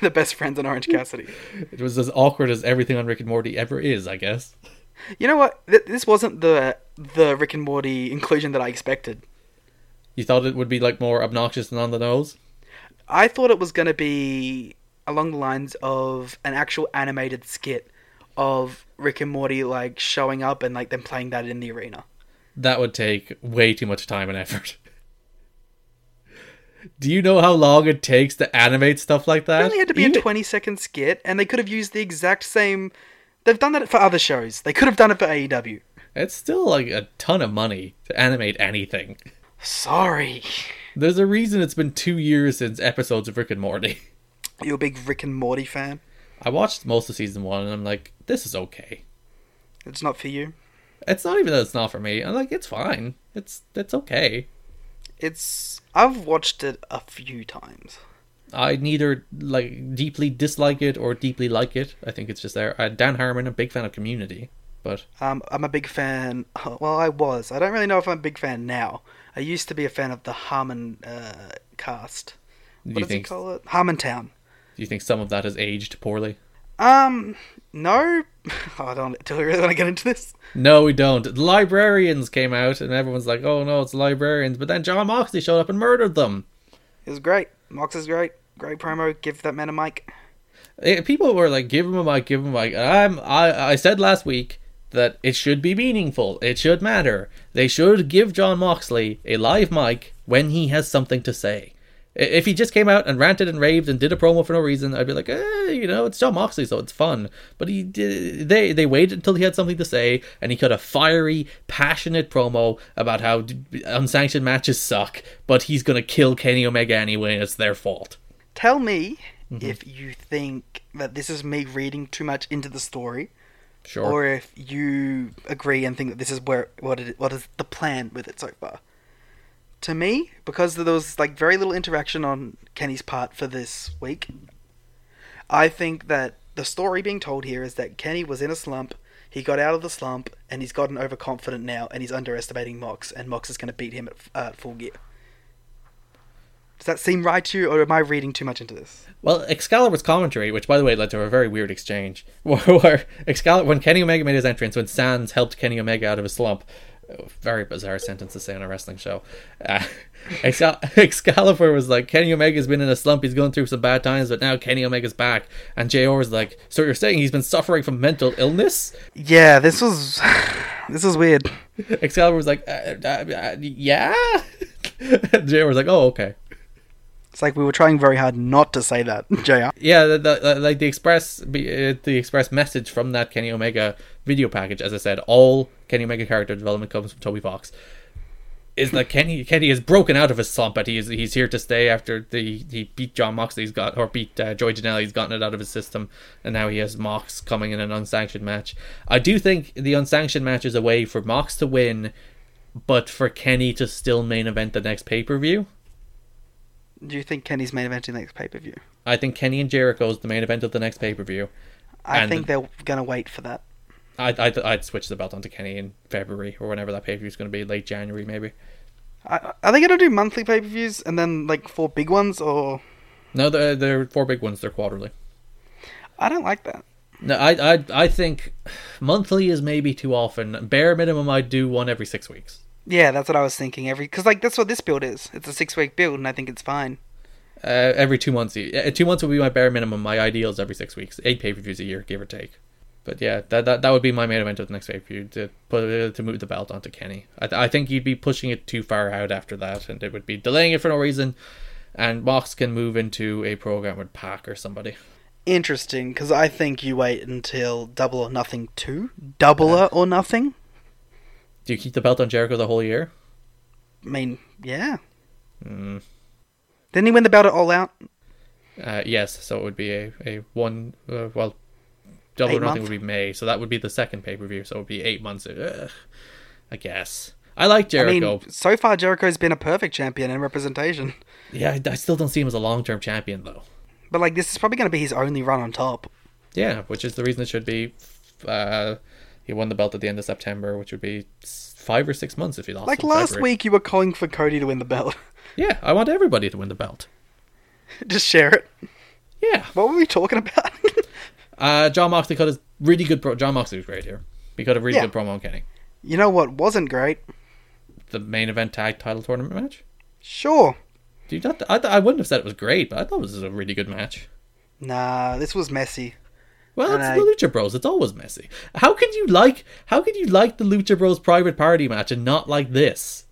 Speaker 4: the best friends in Orange Cassidy?
Speaker 3: It was as awkward as everything on Rick and Morty ever is, I guess.
Speaker 4: You know what? Th- this wasn't the the Rick and Morty inclusion that I expected.
Speaker 3: You thought it would be like more obnoxious and on the nose?
Speaker 4: I thought it was going to be along the lines of an actual animated skit of Rick and Morty like showing up and like them playing that in the arena.
Speaker 3: That would take way too much time and effort. (laughs) Do you know how long it takes to animate stuff like that?
Speaker 4: It only had to be
Speaker 3: Even-
Speaker 4: a 20 second skit and they could have used the exact same They've done that for other shows. They could have done it for E AEW.
Speaker 3: It's still like a ton of money to animate anything.
Speaker 4: Sorry.
Speaker 3: There's a reason it's been two years since episodes of Rick and Morty. (laughs)
Speaker 4: You a big Rick and Morty fan?
Speaker 3: I watched most of season one and I'm like, this is okay.
Speaker 4: It's not for you.
Speaker 3: It's not even that it's not for me. I'm like, it's fine. It's it's okay.
Speaker 4: It's I've watched it a few times.
Speaker 3: I neither like deeply dislike it or deeply like it. I think it's just there. Uh, Dan Harmon, a big fan of Community, but
Speaker 4: Um, I'm a big fan. (laughs) Well, I was. I don't really know if I'm a big fan now. I used to be a fan of the Harmon uh, cast. What
Speaker 3: you
Speaker 4: does
Speaker 3: think
Speaker 4: he call it? Harmontown.
Speaker 3: do you think some of that has aged poorly?
Speaker 4: Um, no. (laughs) Oh, I don't. Do we really want to get into this?
Speaker 3: No, we don't. The librarians came out, and everyone's like, "Oh no, it's librarians!" But then John Moxley showed up and murdered them.
Speaker 4: It was great. Mox is great. Great promo. Give that man a mic.
Speaker 3: Eh, people were like, "Give him a mic, give him a mic." And I'm, I, I said last week that it should be meaningful. It should matter. They should give John Moxley a live mic when he has something to say. I- If he just came out and ranted and raved and did a promo for no reason, I'd be like, eh, you know, it's John Moxley, so it's fun. But he did, they they waited until he had something to say, and he cut a fiery, passionate promo about how d- unsanctioned matches suck, but he's gonna kill Kenny Omega anyway, and it's their fault.
Speaker 4: Tell me
Speaker 3: Mm-hmm.
Speaker 4: if you think that this is me reading too much into the story,
Speaker 3: Sure.
Speaker 4: or if you agree and think that this is where what it, what is the plan with it so far. To me, because there was like very little interaction on Kenny's part for this week, I think that the story being told here is that Kenny was in a slump. He got out of the slump, and he's gotten overconfident now, and he's underestimating Mox, and Mox is going to beat him at uh, full gear. Does that seem right to you, or am I reading too much into this?
Speaker 3: Well, Excalibur's commentary, which by the way led to a very weird exchange, (laughs) where Excalibur, when Kenny Omega made his entrance, when Sans helped Kenny Omega out of his slump, very bizarre sentence to say on a wrestling show. Uh, (laughs) Excal- Excalibur was like, Kenny Omega's been in a slump, he's going through some bad times, but now Kenny Omega's back. And JR was like, So you're saying he's been suffering from mental illness?
Speaker 4: Yeah, this was (sighs) this was weird.
Speaker 3: Excalibur was like, uh, uh, uh, Yeah? (laughs) JR was like, Oh, okay.
Speaker 4: It's like we were trying very hard not to say that, (laughs) JR.
Speaker 3: yeah, the, the, the- like the express be- uh, the express message from that Kenny Omega video package, as I said, all Kenny Omega character development comes from Toby Fox. Is that Kenny? Kenny is broken out of his slump, but he is he's here to stay after the he beat John Moxley's got or beat uh, Joy Janela. He's gotten it out of his system, and now he has Mox coming in an unsanctioned match. I do think the unsanctioned match is a way for Mox to win, but for Kenny to still main event the next pay per view.
Speaker 4: Do you think Kenny's main event in the next pay per view?
Speaker 3: I think Kenny and Jericho is the main event of the next pay per view.
Speaker 4: I
Speaker 3: And-
Speaker 4: think they're gonna wait for that.
Speaker 3: I'd, I'd, I'd switch the belt onto Kenny in February or whenever that pay per view is going to be, late January maybe.
Speaker 4: I, are they gonna do monthly pay per views and then like four big ones, or
Speaker 3: No, they're, they're four big ones. They're quarterly.
Speaker 4: I don't like that.
Speaker 3: No, I, I I think monthly is maybe too often. Bare minimum, I'd do one every six weeks.
Speaker 4: Yeah, that's what I was thinking. Every because like that's what this build is. It's a six week build, and I think it's fine.
Speaker 3: Uh, every two months, uh, two months would be my bare minimum. My ideal is every six weeks, eight pay per views a year, give or take. But yeah, that, that that would be my main event of the next pay per view to put uh, to move the belt onto Kenny. I, th- I think you'd be pushing it too far out after that, and it would be delaying it for no reason. And Mox can move into a program with Pac or somebody.
Speaker 4: Interesting, because I think you wait until Double or Nothing two, Double or Nothing.
Speaker 3: Do you keep the belt on Jericho the whole year?
Speaker 4: I mean, yeah.
Speaker 3: Hmm.
Speaker 4: Didn't he win the belt at All Out?
Speaker 3: Uh, yes, so it would be a, a one, uh, well, Double or
Speaker 4: Eight
Speaker 3: Nothing
Speaker 4: month?
Speaker 3: would be May, so that would be the second pay per view, so it would be eight months, uh, I guess. I like
Speaker 4: I mean,
Speaker 3: Jericho.
Speaker 4: so far Jericho's been a perfect champion in representation.
Speaker 3: yeah, I, I still don't see him as a long term champion, though.
Speaker 4: But like this is probably going to be his only run on top.
Speaker 3: Yeah, which is the reason it should be. Uh, he won the belt at the end of September, which would be s- five or six months if he lost.
Speaker 4: Like
Speaker 3: in
Speaker 4: last
Speaker 3: February.
Speaker 4: week, you were calling for Cody to win the belt. (laughs)
Speaker 3: Yeah, I want everybody to win the belt.
Speaker 4: Just share it.
Speaker 3: Yeah.
Speaker 4: What were we talking about? (laughs)
Speaker 3: Uh, John Moxley cut his really good pro. John Moxley was great here. He cut a really
Speaker 4: Yeah.
Speaker 3: good promo on Kenny.
Speaker 4: you know what wasn't great?
Speaker 3: The main event tag title tournament match.
Speaker 4: Sure.
Speaker 3: Dude, that, I, I wouldn't have said it was great, but I thought it was a really good match.
Speaker 4: Nah, this was messy.
Speaker 3: Well,
Speaker 4: And
Speaker 3: it's
Speaker 4: I-
Speaker 3: the Lucha Bros. It's always messy. How could you like? How could you like the Lucha Bros private party match and not like this?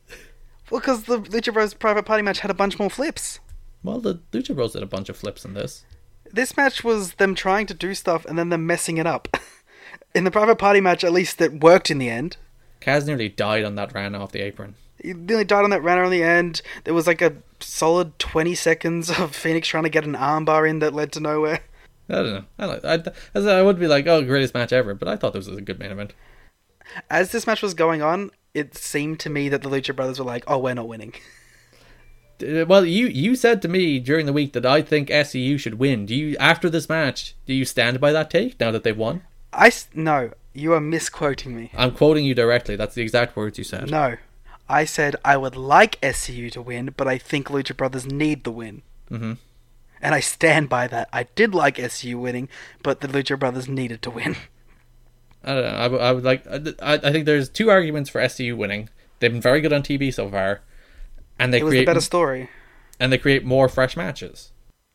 Speaker 4: Well, because the Lucha Bros private party match had a bunch more flips.
Speaker 3: Well, the Lucha Bros did a bunch of flips in this.
Speaker 4: This match was them trying to do stuff and then them messing it up. (laughs) in the private party match, at least that worked in the end.
Speaker 3: Kaz nearly died on that ran off the apron.
Speaker 4: He nearly died on that runner on the end. There was like a solid 20 seconds of Phoenix trying to get an armbar in that led to nowhere.
Speaker 3: I don't know. I like. I, as I would be like, oh, greatest match ever. But I thought this was a good main event.
Speaker 4: As this match was going on, it seemed to me that the Lucha Brothers were like, oh, we're not winning.
Speaker 3: Uh, Well, you you said to me during the week that I think SEU should win. Do you after this match? Do you stand by that take now that they've won?
Speaker 4: I. S- no, you are misquoting me.
Speaker 3: I'm quoting you directly. That's the exact words you said.
Speaker 4: No. I said I would like SCU to win, but I think Lucha Brothers need the win. Mm-hmm. And I stand by that. I did like SCU winning, but the Lucha Brothers needed to win.
Speaker 3: I don't know. I, would- I would like. uh, I, I think there's two arguments for SCU winning. They've been very good on TV so far, and they
Speaker 4: It was
Speaker 3: create
Speaker 4: the better story.
Speaker 3: and they create more fresh matches.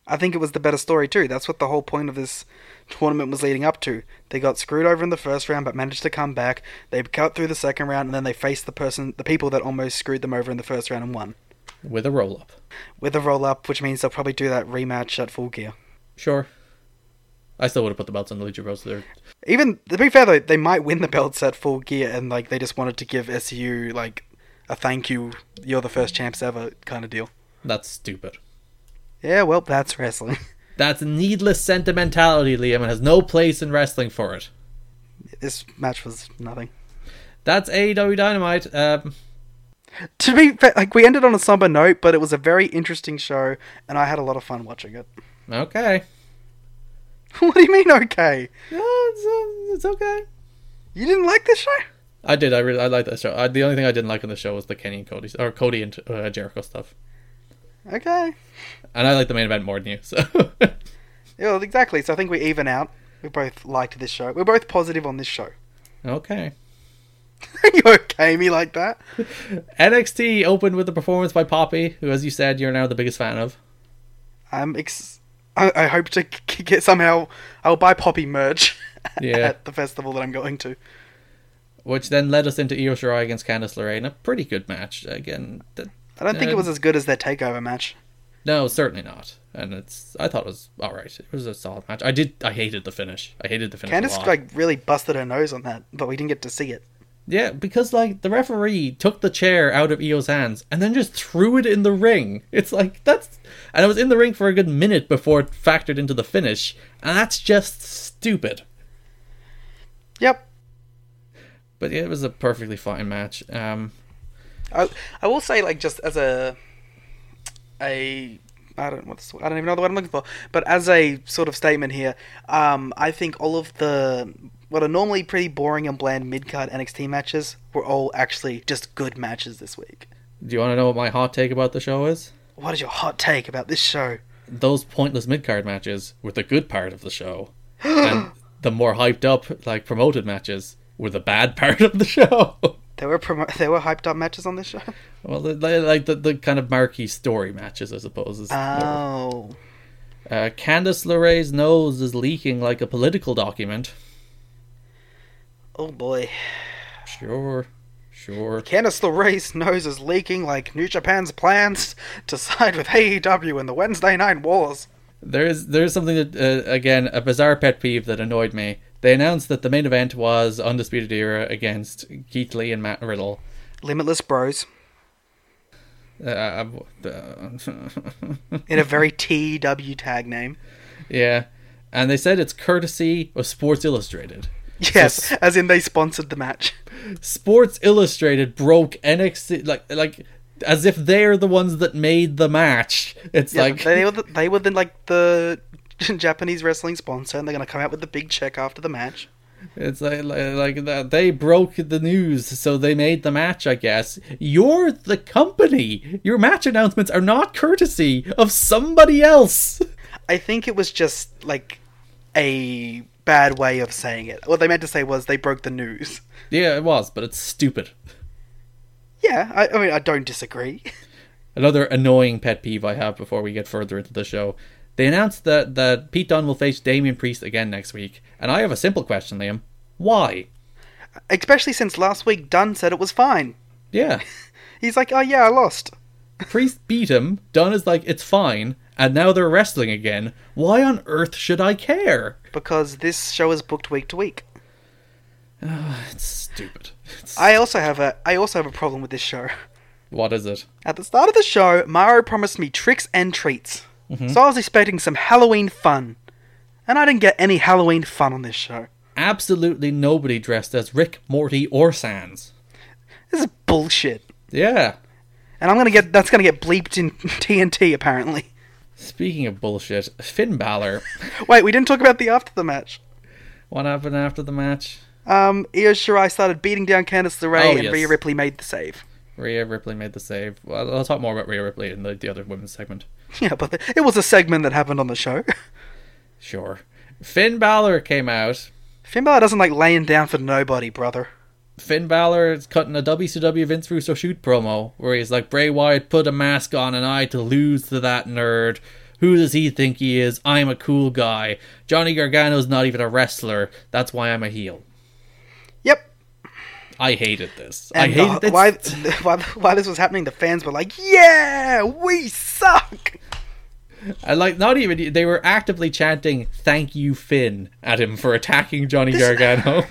Speaker 4: I think it was the better story too. That's what the whole point of this tournament was leading up to. They got screwed over in the first round, but managed to come back. They cut through the second round, and then they faced the person, the people that almost screwed them over in the first round and won
Speaker 3: with a roll up.
Speaker 4: with a roll up, which means they'll probably do that rematch at Full Gear.
Speaker 3: Sure. I still would have put the belts on the Lucha Bros. There.
Speaker 4: Even to be fair though, they might win the belts at Full Gear, and like they just wanted to give SU like a thank you, you're the first champs ever kind of deal.
Speaker 3: That's stupid.
Speaker 4: Yeah, well, that's wrestling. (laughs)
Speaker 3: That's needless sentimentality, Liam, and has no place in wrestling for it.
Speaker 4: this match was nothing.
Speaker 3: That's AEW Dynamite. Um,
Speaker 4: to be fair, like we ended on a somber note, but it was a very interesting show, and I had a lot of fun watching it. (laughs)
Speaker 3: okay.
Speaker 4: what do you mean, okay?
Speaker 3: Yeah, it's, uh, it's okay.
Speaker 4: You didn't like this show?
Speaker 3: I did. I really. I liked that show. I, the only thing I didn't like on the show was the Kenny and Cody or Cody and uh, Jericho stuff.
Speaker 4: Okay.
Speaker 3: And I like the main event more than you. So (laughs)
Speaker 4: Yeah, well, exactly. So I think we even out. We both liked this show. We're both positive on this show. (laughs)
Speaker 3: okay.
Speaker 4: Are you okay me like that?
Speaker 3: NXT opened with a performance by Poppy, who, as you said, you're now the biggest fan of.
Speaker 4: I'm ex- I-, I hope to k- k- get somehow. I'll buy Poppy merch (laughs)
Speaker 3: Yeah.
Speaker 4: at the festival that I'm going to.
Speaker 3: Which then led us into Io Shirai against Candice LeRae in a pretty good match. Again, th-
Speaker 4: I don't think
Speaker 3: Uh,
Speaker 4: it was as good as their takeover match.
Speaker 3: No, certainly not. And it's I thought it was all right. It was a solid match. I did. I hated the finish. I hated the finish. a
Speaker 4: Candice
Speaker 3: lot.
Speaker 4: like really busted her nose on that, but we didn't get to see it.
Speaker 3: yeah, because like the referee took the chair out of Io's hands and then just threw it in the ring. It's like that's and it was in the ring for a good minute before it factored into the finish, and that's just stupid.
Speaker 4: Yep.
Speaker 3: But yeah, it was a perfectly fine match. Um,
Speaker 4: I I will say like just as a a I don't what's I don't even know the word I'm looking for, but as a sort of statement here, um, I think all of the what are normally pretty boring and bland mid card NXT matches were all actually just good matches this week.
Speaker 3: do you want to know what my hot take about the show is?
Speaker 4: What is your hot take about this show?
Speaker 3: Those pointless mid card matches were the good part of the show, and the more hyped up like promoted matches were the bad (laughs) part of the show.
Speaker 4: There were promo- there were hyped up matches on this show.
Speaker 3: Well, the, the- like the, the kind of marquee story matches, I suppose. Is more.
Speaker 4: Oh,
Speaker 3: Uh, Candice LeRae's nose is leaking like a political document.
Speaker 4: oh boy!
Speaker 3: Sure, sure.
Speaker 4: Candice LeRae's nose is leaking like New Japan's plans to side with AEW in the Wednesday Night Wars.
Speaker 3: There is there is something that uh, again a bizarre pet peeve that annoyed me. They announced that the main event was Undisputed Era against Keith Lee and Matt Riddle.
Speaker 4: Limitless Bros.
Speaker 3: Uh, I- uh, (laughs)
Speaker 4: in a very TW tag name.
Speaker 3: yeah, and they said it's courtesy of Sports Illustrated.
Speaker 4: Yes, as in they sponsored the match.
Speaker 3: Sports Illustrated broke NXT like like as if they're the ones that made the match. It's
Speaker 4: Yeah,
Speaker 3: like
Speaker 4: they were the, they were the, like the (laughs) Japanese wrestling sponsor, and they're gonna come out with the big check after the match.
Speaker 3: it's like like, like that they broke the news, so they made the match. I guess you're the company. Your match announcements are not courtesy of somebody else. (laughs)
Speaker 4: I think it was just like a bad way of saying it. What they meant to say was they broke the news.
Speaker 3: Yeah, it was, but it's stupid.
Speaker 4: Yeah, I, I mean I don't disagree. (laughs)
Speaker 3: Another annoying pet peeve I have before we get further into the show. They announced that that Pete Dunne will face Damian Priest again next week, and I have a simple question, Liam. Why?
Speaker 4: Especially since last week Dunn said it was fine.
Speaker 3: Yeah.
Speaker 4: He's like, oh yeah, I lost.
Speaker 3: Priest beat him. Dunn is like, it's fine. And now they're wrestling again. Why on earth should I care?
Speaker 4: Because this show is booked week to week.
Speaker 3: It's stupid. It's-
Speaker 4: I also have a I also have a problem with this show. (laughs)
Speaker 3: what is it?
Speaker 4: At the start of the show, Mario promised me tricks and treats.
Speaker 3: Mm-hmm.
Speaker 4: So I was expecting some Halloween fun. And I didn't get any Halloween fun on this show.
Speaker 3: Absolutely nobody dressed as Rick, Morty, or Sans.
Speaker 4: This is bullshit.
Speaker 3: Yeah.
Speaker 4: And I'm gonna get that's gonna get bleeped in (laughs) TNT apparently.
Speaker 3: Speaking of bullshit, Finn Balor.
Speaker 4: Wait, we didn't talk about the after the match.
Speaker 3: what happened after the match?
Speaker 4: Um, Io Shirai started beating down Candice LeRae,
Speaker 3: Oh,
Speaker 4: and
Speaker 3: yes.
Speaker 4: Rhea Ripley made the save. (laughs)
Speaker 3: Rhea Ripley made the save. Well, I'll talk more about Rhea Ripley in the, the other women's segment.
Speaker 4: Yeah, but it was a segment that happened on the show. (laughs)
Speaker 3: Sure. Finn Balor came out.
Speaker 4: Finn Balor doesn't like laying down for nobody, brother.
Speaker 3: Finn Balor is cutting a WCW Vince Russo shoot promo where he's like, Bray Wyatt put a mask on and I to lose to that nerd. Who does he think he is? I'm a cool guy. Johnny Gargano's not even a wrestler. That's why I'm a heel.
Speaker 4: Yep.
Speaker 3: I hated this. I
Speaker 4: And
Speaker 3: hated
Speaker 4: the-
Speaker 3: this.
Speaker 4: why, (laughs) why why this was happening. The fans were like, "Yeah, we suck."
Speaker 3: I like not even they were actively chanting "Thank you, Finn" at him for attacking Johnny
Speaker 4: (laughs)
Speaker 3: Gargano.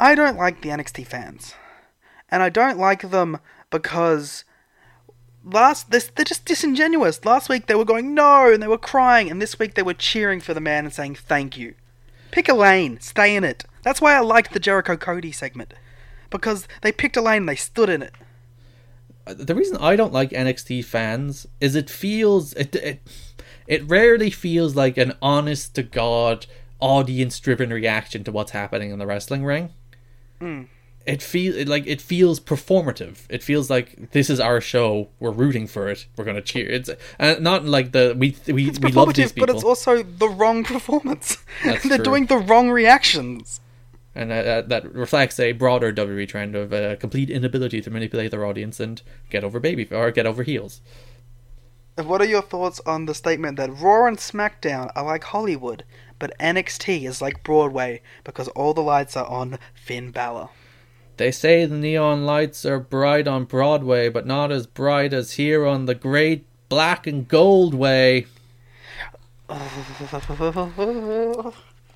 Speaker 4: I don't like the NXT fans, and I don't like them because last this they're just disingenuous. Last week they were going no, and they were crying, and this week they were cheering for the man and saying thank you. Pick a lane, stay in it. That's why I liked the Jericho Cody segment because they picked a lane and they stood in it.
Speaker 3: the reason I don't like NXT fans is it feels it it, it rarely feels like an honest to god audience driven reaction to what's happening in the wrestling ring.
Speaker 4: Hmm.
Speaker 3: It feel it, like it feels performative. It feels like this is our show. We're rooting for it. We're gonna cheer. It's uh, not like the we we
Speaker 4: It's
Speaker 3: we love these
Speaker 4: performative,
Speaker 3: people.
Speaker 4: but it's also the wrong (laughs) performance.
Speaker 3: That's
Speaker 4: they're
Speaker 3: true.
Speaker 4: doing the wrong reactions.
Speaker 3: and uh, that, that reflects a broader WWE trend of uh, complete inability to manipulate their audience and get over baby or get over heels.
Speaker 4: What are your thoughts on the statement that Raw and SmackDown are like Hollywood, but NXT is like Broadway because all the lights are on Finn Balor?
Speaker 3: They say the neon lights are bright on Broadway, but not as bright as here on the great black and gold way.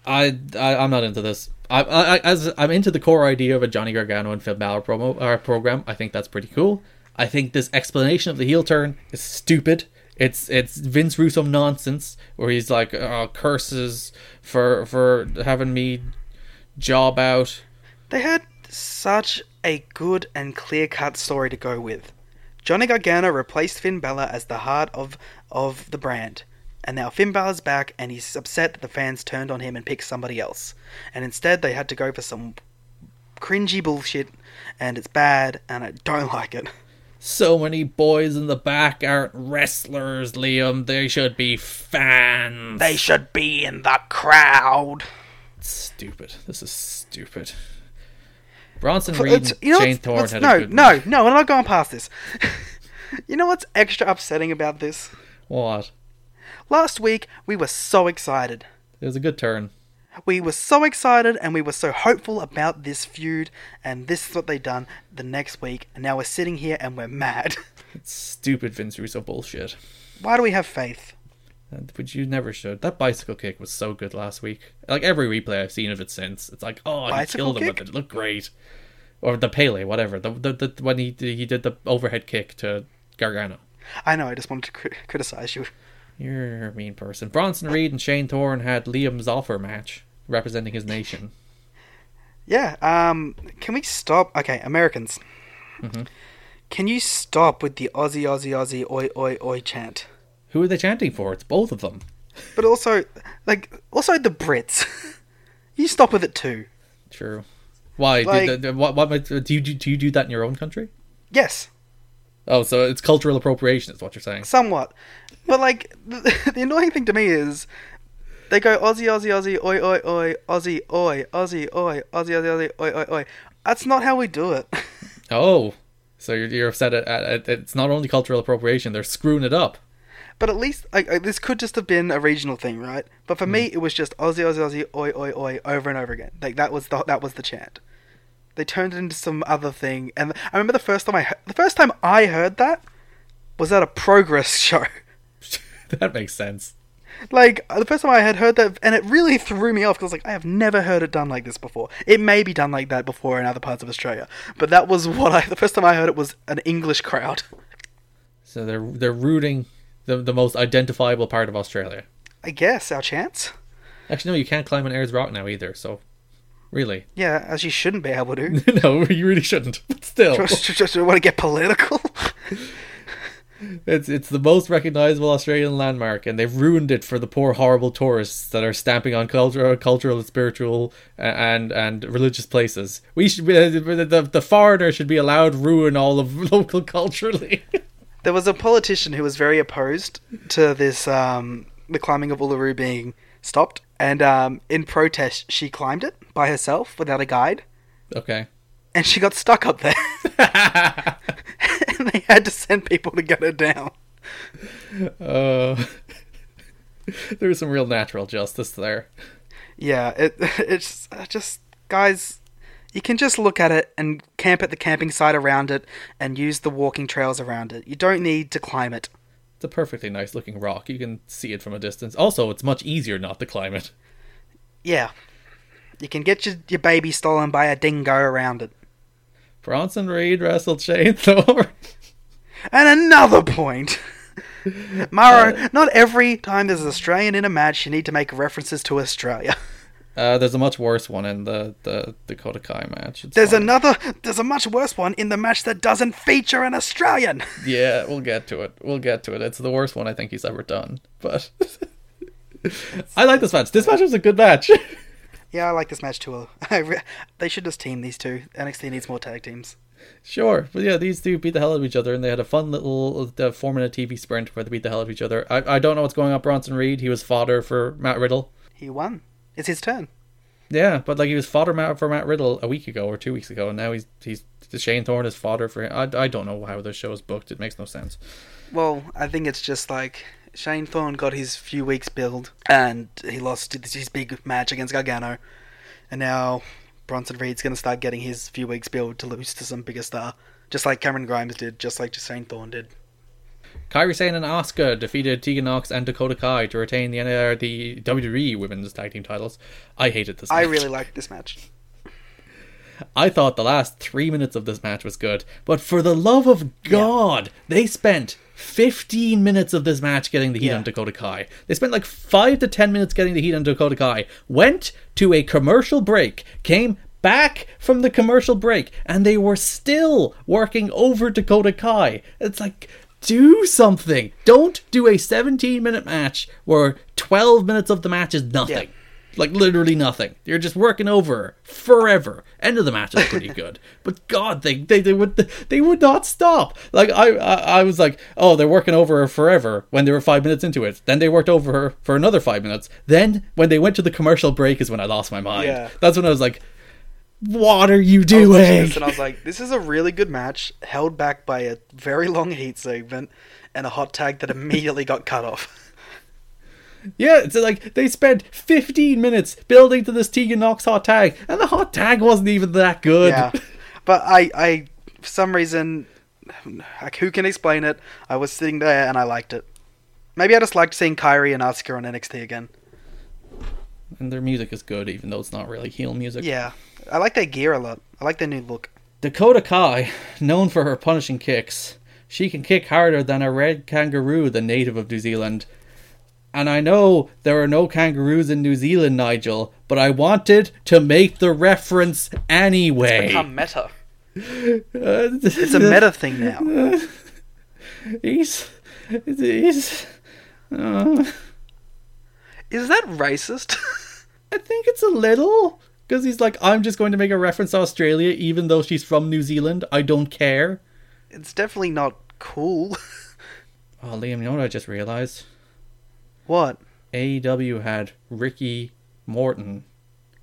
Speaker 3: I, I I'm not into this. I, I I- as I'm into the core idea of a Johnny Gargano and Finn Balor promo or program. I think that's pretty cool. I think this explanation of the heel turn is stupid. It's it's Vince Russo nonsense where he's like oh, curses for for having me job out.
Speaker 4: They had such a good and clear cut story to go with. Johnny Gargano replaced Finn Balor as the heart of, of the brand. And now Finn Balor's back, and he's upset that the fans turned on him and picked somebody else. And instead, they had to go for some cringy bullshit, and it's bad, and I don't (laughs) like it.
Speaker 3: So many boys in the back aren't wrestlers, Liam. They should be fans.
Speaker 4: They should be in the crowd.
Speaker 3: Stupid. This is stupid. Bronson Reed,
Speaker 4: It's-
Speaker 3: and
Speaker 4: you know
Speaker 3: Shane
Speaker 4: what's-
Speaker 3: Thorne
Speaker 4: what's-
Speaker 3: had
Speaker 4: no,
Speaker 3: a good
Speaker 4: no, no, we're not going past this. (laughs) you know what's extra upsetting about this?
Speaker 3: What?
Speaker 4: Last week, we were so excited.
Speaker 3: It was a good turn.
Speaker 4: We were so excited and we were so hopeful about this feud, and this is what they done the next week, and now we're sitting here and we're mad. (laughs)
Speaker 3: It's stupid Vince Russo bullshit.
Speaker 4: Why do we have faith?
Speaker 3: And- But you never should. That bicycle kick was so good last week. Like every replay I've seen of it since, it's like, oh, he
Speaker 4: Bicycle
Speaker 3: killed him
Speaker 4: kick?
Speaker 3: with it. It looked great. Or the Pele, whatever. The, the, the when he he did the overhead kick to Gargano.
Speaker 4: I know, I just wanted to cri- criticize you.
Speaker 3: You're a mean person. Bronson Reed and Shane Thorne had Liam Zoffer match representing his nation.
Speaker 4: Yeah, um, can we stop? Okay, Americans.
Speaker 3: Mm-hmm.
Speaker 4: Can you stop with the Aussie, Aussie, Aussie, oi, oi, oi chant?
Speaker 3: Who are they chanting for? It's both of them.
Speaker 4: But also, like, also the Brits. (laughs) you stop with it too.
Speaker 3: True. Why?
Speaker 4: Like-
Speaker 3: do, do- what, what, do you do do you do that in your own country?
Speaker 4: Yes,
Speaker 3: Oh, so it's cultural appropriation is what you're saying.
Speaker 4: somewhat. But, like, the, (laughs) the annoying thing to me is they go Aussie, Aussie, Aussie, oi, oi, oi, Aussie, oi, Aussie, oi, Aussie, Aussie, Aussie, oi, oi, oi. That's not how we do it. (laughs)
Speaker 3: Oh, so you're, you're upset at, at, at it's not only cultural appropriation; they're screwing it up. (laughs)
Speaker 4: but at least, like, like, this could just have been a regional thing, right? But for me, it was just Aussie, Aussie, Aussie, oi, oi, oi, over and over again. Like, that was the, that was the chant. They turned it into some other thing. And I remember the first time I, he- the first time I heard that was at a progress (laughs) show.
Speaker 3: that makes sense.
Speaker 4: Like uh, the first time I had heard that, and it really threw me off because like I have never heard it done like this before. It may be done like that before in other parts of Australia, but that was (laughs) what I. The first time I heard it was an English crowd.
Speaker 3: So they're they're rooting the the most identifiable part of Australia.
Speaker 4: I guess our chance.
Speaker 3: Actually, no, you can't climb an Ayers Rock now either. So, really, (laughs)
Speaker 4: Yeah, as you shouldn't be able to.
Speaker 3: no, you really shouldn't. But still,
Speaker 4: Just, just, want to get political. (laughs)
Speaker 3: it's it's the most recognizable Australian landmark, and they've ruined it for the poor, horrible tourists that are stamping on cultural, cultural, spiritual, a- and and religious places. We should be, the the- the foreigner should be allowed ruin all of (laughs) local culturally. (laughs)
Speaker 4: there was a politician who was very opposed to this, um, the climbing of Uluru being stopped, and um, in protest, she climbed it by herself without a guide.
Speaker 3: okay.
Speaker 4: and she got stuck up there. (laughs) and they had to send people to get her down.
Speaker 3: Uh, (laughs) there was some real natural justice there.
Speaker 4: Yeah, it (laughs) it's uh, just guys, you can just look at it and camp at the camping site around it and use the walking trails around it. You don't need to climb it.
Speaker 3: It's a perfectly nice looking rock. You can see it from a distance. Also, it's much easier not to climb it.
Speaker 4: Yeah. You can get your, your baby stolen by a dingo around it.
Speaker 3: Bronson Reed wrestled Shane Thor. (laughs)
Speaker 4: And another point. (laughs) Maro, not every time there's an Australian in a match, you need to make references to Australia. (laughs)
Speaker 3: Uh, there's a much worse one in the, the Dakota Kai match. It's
Speaker 4: There's
Speaker 3: fine.
Speaker 4: another. There's a much worse one in the match that doesn't feature an Australian.
Speaker 3: Yeah, we'll get to it. We'll get to it. It's the worst one I think he's ever done. But (laughs) I like this match. This match was a good match. (laughs)
Speaker 4: yeah, I like this match too. (laughs) I re- they should just team these two. NXT needs more tag teams.
Speaker 3: sure, but yeah, these two beat the hell out of each other, and they had a fun little uh, four minute TV sprint where they beat the hell out of each other. I, I don't know what's going on. with Bronson Reed. He was fodder for Matt Riddle.
Speaker 4: He won. It's his turn.
Speaker 3: Yeah, but like he was fodder Matt, for Matt Riddle a week ago or two weeks ago, and now he's he's Shane Thorne is fodder for him. I, I don't know how the show is booked. It makes no sense.
Speaker 4: Well, I think it's just like Shane Thorne got his few weeks build, and he lost his big match against Gargano, and now Bronson Reed's gonna start getting his few weeks build to lose to some bigger star, just like Cameron Grimes did, just like Shane Thorne did.
Speaker 3: Kairi Sane and Asuka defeated Tegan Knox and Dakota Kai to retain the uh, the WWE Women's Tag Team titles. I hated this.
Speaker 4: I
Speaker 3: match. (laughs)
Speaker 4: really liked this match.
Speaker 3: I thought the last three minutes of this match was good, but for the love of God, they spent. 15 minutes of this match getting the heat
Speaker 4: Yeah.
Speaker 3: on Dakota Kai. They spent like 5 to 10 minutes getting the heat on Dakota Kai, went to a commercial break, came back from the commercial break, and they were still working over Dakota Kai. It's like, do something. Don't do a 17 minute match where 12 minutes of the match is nothing.
Speaker 4: Yeah.
Speaker 3: Like literally nothing. You're just working over forever. End of the match is pretty
Speaker 4: (laughs)
Speaker 3: good, but God, they, they they would they would not stop. Like I, I I was like, oh, they're working over her forever. When they were five minutes into it, then they worked over her for another five minutes. Then when they went to the commercial break is when I lost my mind.
Speaker 4: Yeah.
Speaker 3: That's when I was like, what are you
Speaker 4: I was
Speaker 3: doing?
Speaker 4: watching this and I was like, this is a really good match, held back by a very long heat segment and a hot tag that immediately got cut off. (laughs)
Speaker 3: Yeah, it's like they spent 15 minutes building to this Tegan Knox hot tag, and the hot tag wasn't even that good.
Speaker 4: Yeah. But I, I, for some reason, (sighs) like, who can explain it? I was sitting there and I liked it. Maybe I just liked seeing Kyrie and Asuka on NXT again.
Speaker 3: (laughs) And their music is good, even though it's not really heel music.
Speaker 4: Yeah. I like their gear a lot. I like their new look.
Speaker 3: Dakota Kai, known for her punishing kicks, she can kick harder than a red kangaroo, the native of New Zealand. And I know there are no kangaroos in New Zealand, Nigel, but I wanted to make the reference anyway.
Speaker 4: meta.
Speaker 3: it's
Speaker 4: (laughs) It's a meta thing now.
Speaker 3: He's, he's, uh,
Speaker 4: Is that racist? (laughs)
Speaker 3: I think it's a little because he's like, I'm just going to make a reference to Australia, even though she's from New Zealand. I don't care.
Speaker 4: it's definitely not cool.
Speaker 3: Oh, Liam, you know what I just realized?
Speaker 4: what?
Speaker 3: AEW E had Ricky Morton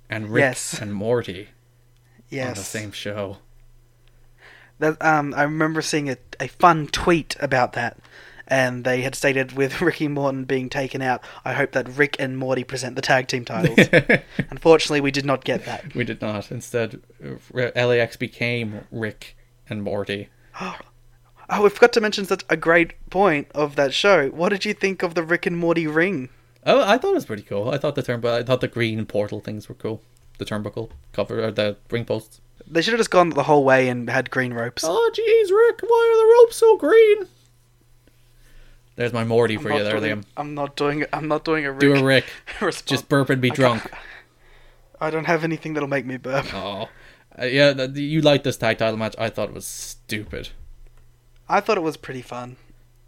Speaker 3: and Rick
Speaker 4: Yes.
Speaker 3: and Morty
Speaker 4: Yes.
Speaker 3: on the same show.
Speaker 4: That um, I remember seeing a, a fun tweet about that, and they had stated with (laughs) Ricky Morton being taken out, I hope that Rick and Morty present the tag
Speaker 3: (laughs)
Speaker 4: team titles. Unfortunately, we did not get that.
Speaker 3: We did not. Instead, uh, R- LAX became Rick and Morty.
Speaker 4: Oh, we forgot to mention such a great point of that show. What did you think of the Rick and Morty ring?
Speaker 3: Oh, I thought it was pretty cool. I thought the turnbuckle, I thought the green portal things were cool. The turnbuckle cover or the ring posts.
Speaker 4: They should have just gone the whole way and had green ropes.
Speaker 3: Oh, jeez, Rick, why are the ropes so green? There's my Morty for
Speaker 4: I'm
Speaker 3: you
Speaker 4: not
Speaker 3: there,
Speaker 4: doing-
Speaker 3: Liam.
Speaker 4: I'm not doing. I'm not doing a Rick.
Speaker 3: Do a Rick.
Speaker 4: (laughs) response.
Speaker 3: Just burp and be drunk.
Speaker 4: I don't have anything that'll make me burp.
Speaker 3: Oh, Uh, yeah, th- you liked this tag title match. I thought it was stupid.
Speaker 4: I thought it was pretty fun.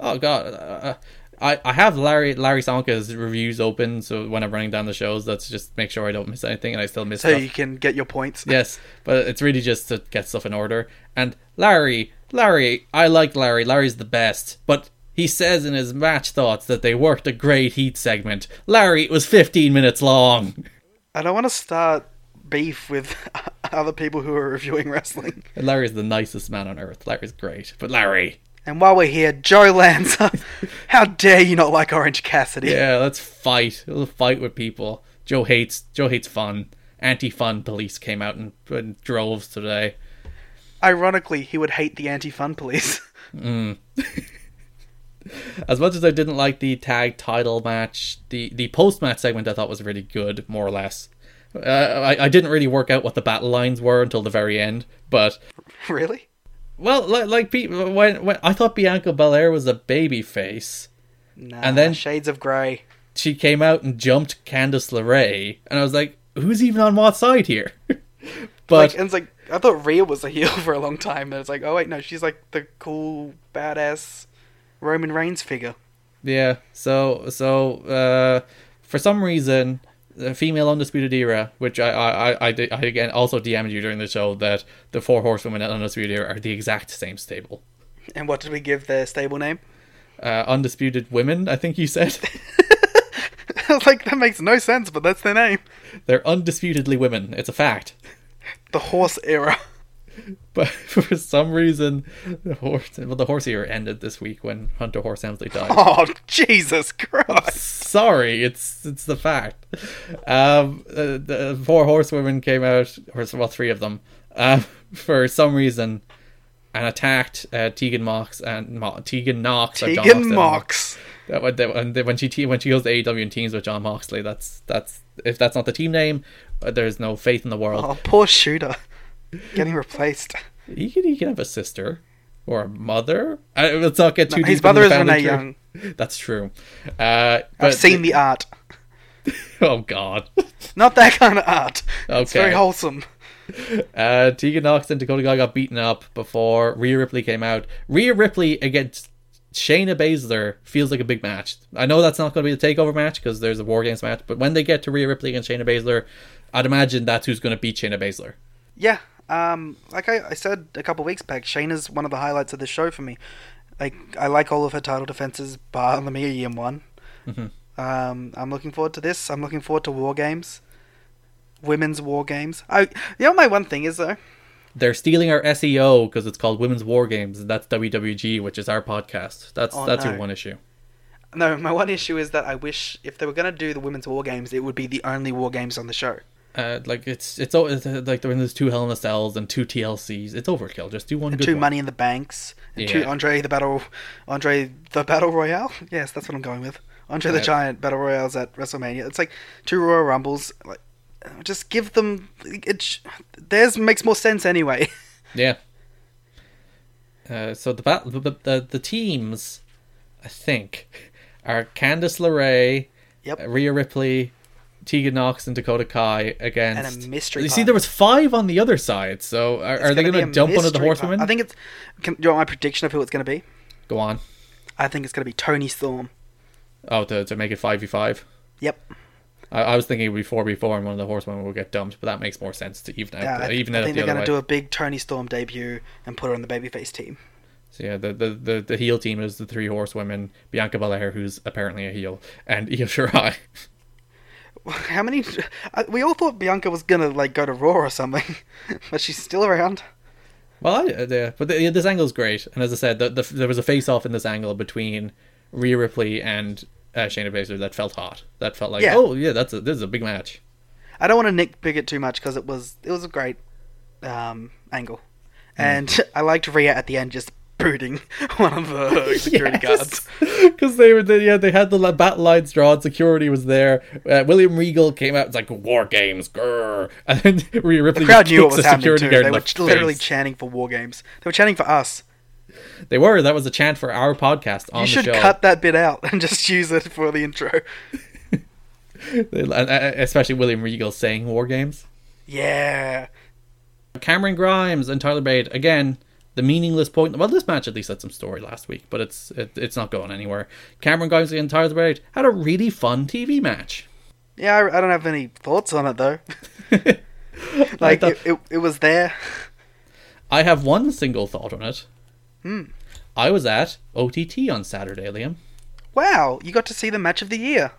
Speaker 3: Oh god, uh, I I have Larry Larry Sanka's reviews open, so when I'm running down the shows, that's just make sure I don't miss anything, and I still miss
Speaker 4: So
Speaker 3: stuff.
Speaker 4: you can get your points.
Speaker 3: Yes, but it's really just to get stuff in order. And Larry, Larry, I like Larry. Larry's the best, but. He says in his match thoughts that they worked a great heat segment. Larry, it was 15 minutes long. (laughs)
Speaker 4: I don't want to start beef with (laughs) other people who are reviewing wrestling.
Speaker 3: And Larry's the nicest man on earth. Larry's great. But Larry,
Speaker 4: And while we're here, Joe Lanza, (laughs) how dare you not like Orange Cassidy?
Speaker 3: Yeah, let's fight. Let's fight with people. Joe hates Joe hates fun. Anti-fun police came out in, in droves today.
Speaker 4: Ironically, he would hate the anti-fun police. (laughs)
Speaker 3: As much as I didn't like the tag title match, the the post-match segment I thought was really good, more or less. Uh, I, I didn't really work out what the battle lines were until the very end, but
Speaker 4: really?
Speaker 3: well, like, like Pete, when, when I thought Bianca Belair was a baby face,
Speaker 4: Nah,
Speaker 3: And then-
Speaker 4: Shades of Grey.
Speaker 3: she came out and jumped Candice LeRae, and I was like, who's even on what side here? (laughs) but
Speaker 4: Like, and it's like I thought Rhea was a heel (laughs) for a long time, and it's like, oh wait, no, she's like the cool badass Roman Reigns figure.
Speaker 3: Yeah. So so uh, for some reason, the female undisputed era, which I I I, I, did, I again also DM'd you during the show that the four horsewomen at undisputed era are the exact same stable.
Speaker 4: And what did we give their stable name? (laughs)
Speaker 3: Uh, undisputed women, I think you said.
Speaker 4: like that makes no sense, but that's their name.
Speaker 3: They're undisputedly women. It's a fact. (laughs)
Speaker 4: The horse era. (laughs)
Speaker 3: But for some reason, the horse well the horse era ended this week when Hunter Horse Hemsley died.
Speaker 4: Oh Jesus Christ!
Speaker 3: sorry, it's it's the fact. Um, uh, the four horsewomen came out, or well, three of them, um, (laughs) for some reason, and attacked uh, Tegan Mox and Mo- Tegan Knox. or John
Speaker 4: Tegan
Speaker 3: Moxley.
Speaker 4: Mox.
Speaker 3: That when, that when- when she te- when she goes to AEW and teams with John Moxley, that's that's if that's not the team name, uh, there's no faith in the world.
Speaker 4: Oh, poor shooter, getting replaced.
Speaker 3: He could he could have a sister or a mother. I, let's not get too deep.
Speaker 4: No, his
Speaker 3: into the
Speaker 4: mother is
Speaker 3: family
Speaker 4: Renee
Speaker 3: tree.
Speaker 4: Young.
Speaker 3: (laughs) That's true. Uh,
Speaker 4: I've seen the art.
Speaker 3: (laughs) Oh God.
Speaker 4: Not that kind of art. It's
Speaker 3: Okay.
Speaker 4: very wholesome.
Speaker 3: Uh, Tegan Knox and Dakota Guy got beaten up before Rhea Ripley came out. Rhea Ripley against Shayna Baszler feels like a big match. I know that's not going to be the takeover match because there's a War Games match, but when they get to Rhea Ripley against Shayna Baszler, I'd imagine that's who's going to beat Shayna Baszler.
Speaker 4: Yeah, um, like I, I said a couple weeks back, Shayna's one of the highlights of the show for me. Like I like all of her title defenses, bar the Mia Yim one. Um, I'm looking forward to this. I'm looking forward to War Games, women's War Games. I, you know, my one thing is though,
Speaker 3: They're stealing our SEO because it's called Women's War Games, and that's WWG, which is our podcast. That's
Speaker 4: Oh,
Speaker 3: that's
Speaker 4: no.
Speaker 3: your one issue.
Speaker 4: no, my one issue is that I wish if they were gonna do the women's War Games, it would be the only War Games on the show.
Speaker 3: Uh, like it's it's always uh, like when there's two Hell in a Cells and two TLCs, it's overkill. Just do one good
Speaker 4: two
Speaker 3: one.
Speaker 4: Money in the Banks, and two
Speaker 3: Yeah.
Speaker 4: Andre the Battle, Andre the Battle Royale. (laughs) Yes, that's what I'm going with. Andre the
Speaker 3: Yeah.
Speaker 4: Giant Battle Royales at WrestleMania. It's like two Royal Rumbles. Like, uh, just give them. It sh- theirs makes more sense anyway. (laughs)
Speaker 3: Yeah. Uh, so the, bat- the the the teams, I think, are Candice LeRae,
Speaker 4: Yep.
Speaker 3: uh, Rhea Ripley, Tegan Knox, and Dakota Kai against.
Speaker 4: mystery
Speaker 3: You see,
Speaker 4: partner.
Speaker 3: there was five on the other side. So are, are they
Speaker 4: It's
Speaker 3: going
Speaker 4: gonna be
Speaker 3: to
Speaker 4: a
Speaker 3: dump one of the
Speaker 4: mystery
Speaker 3: horsewomen?
Speaker 4: part. I think it's. Can, do you want my prediction of who it's going to be?
Speaker 3: Go on.
Speaker 4: I think it's going to be Tony Storm.
Speaker 3: Oh, to to make it five v five.
Speaker 4: Yep.
Speaker 3: I I was thinking it'd be four v four, and one of the horsewomen will get dumped, but that makes more sense to even out,
Speaker 4: Yeah, I,
Speaker 3: even
Speaker 4: I
Speaker 3: out
Speaker 4: think
Speaker 3: the
Speaker 4: they're
Speaker 3: other
Speaker 4: going
Speaker 3: way.
Speaker 4: to do a big Tony Storm debut and put her on the babyface team.
Speaker 3: So yeah, the, the the the heel team is the three horsewomen: Bianca Belair, who's apparently a heel, and Io Shirai.
Speaker 4: (laughs) How many? I- We all thought Bianca was gonna like go to Raw or something, (laughs) but she's still around.
Speaker 3: Well, I, uh, yeah, but the, yeah, this angle's great, and as I said, the, the, there was a face-off in this angle between Rhea Ripley and uh, Shayna Baszler that felt hot. That felt like,
Speaker 4: Yeah.
Speaker 3: oh yeah, that's a, this is a big match.
Speaker 4: I don't want to nitpick it too much because
Speaker 3: Mm.
Speaker 4: (laughs) it was it was a great um, angle, and I liked Rhea at the end just booting (laughs) one
Speaker 3: (laughs)
Speaker 4: of the security guards.
Speaker 3: Because they were, they, yeah, they had the la- battle lines drawn. Security was there. Uh, William Regal came out. It's like war games, grr. (laughs) And then Rhea Ripley
Speaker 4: The crowd
Speaker 3: kicks
Speaker 4: knew what was
Speaker 3: the
Speaker 4: happening
Speaker 3: security
Speaker 4: too.
Speaker 3: guard
Speaker 4: They
Speaker 3: in
Speaker 4: were
Speaker 3: the
Speaker 4: ch- literally
Speaker 3: face.
Speaker 4: chanting for war games. They were chanting for us.
Speaker 3: They were. That was a chant for our podcast on
Speaker 4: You
Speaker 3: the
Speaker 4: should
Speaker 3: show.
Speaker 4: cut that bit out (laughs) and just use it for the intro.
Speaker 3: They- and, uh, especially William Regal saying war games.
Speaker 4: Yeah.
Speaker 3: Cameron Grimes and Tyler Bate again. The meaningless point. Well, this match at least had some story last week, but it's it, it's not going anywhere. Cameron Grimes and Tyler Bate had a really fun TV match.
Speaker 4: Yeah, I, I don't have any thoughts on it
Speaker 3: (laughs)
Speaker 4: though. like
Speaker 3: thought-
Speaker 4: it, it, it was there.
Speaker 3: I have one single thought on it. Hmm. I was at OTT on Saturday, Liam.
Speaker 4: Wow, you got to see the match of the year.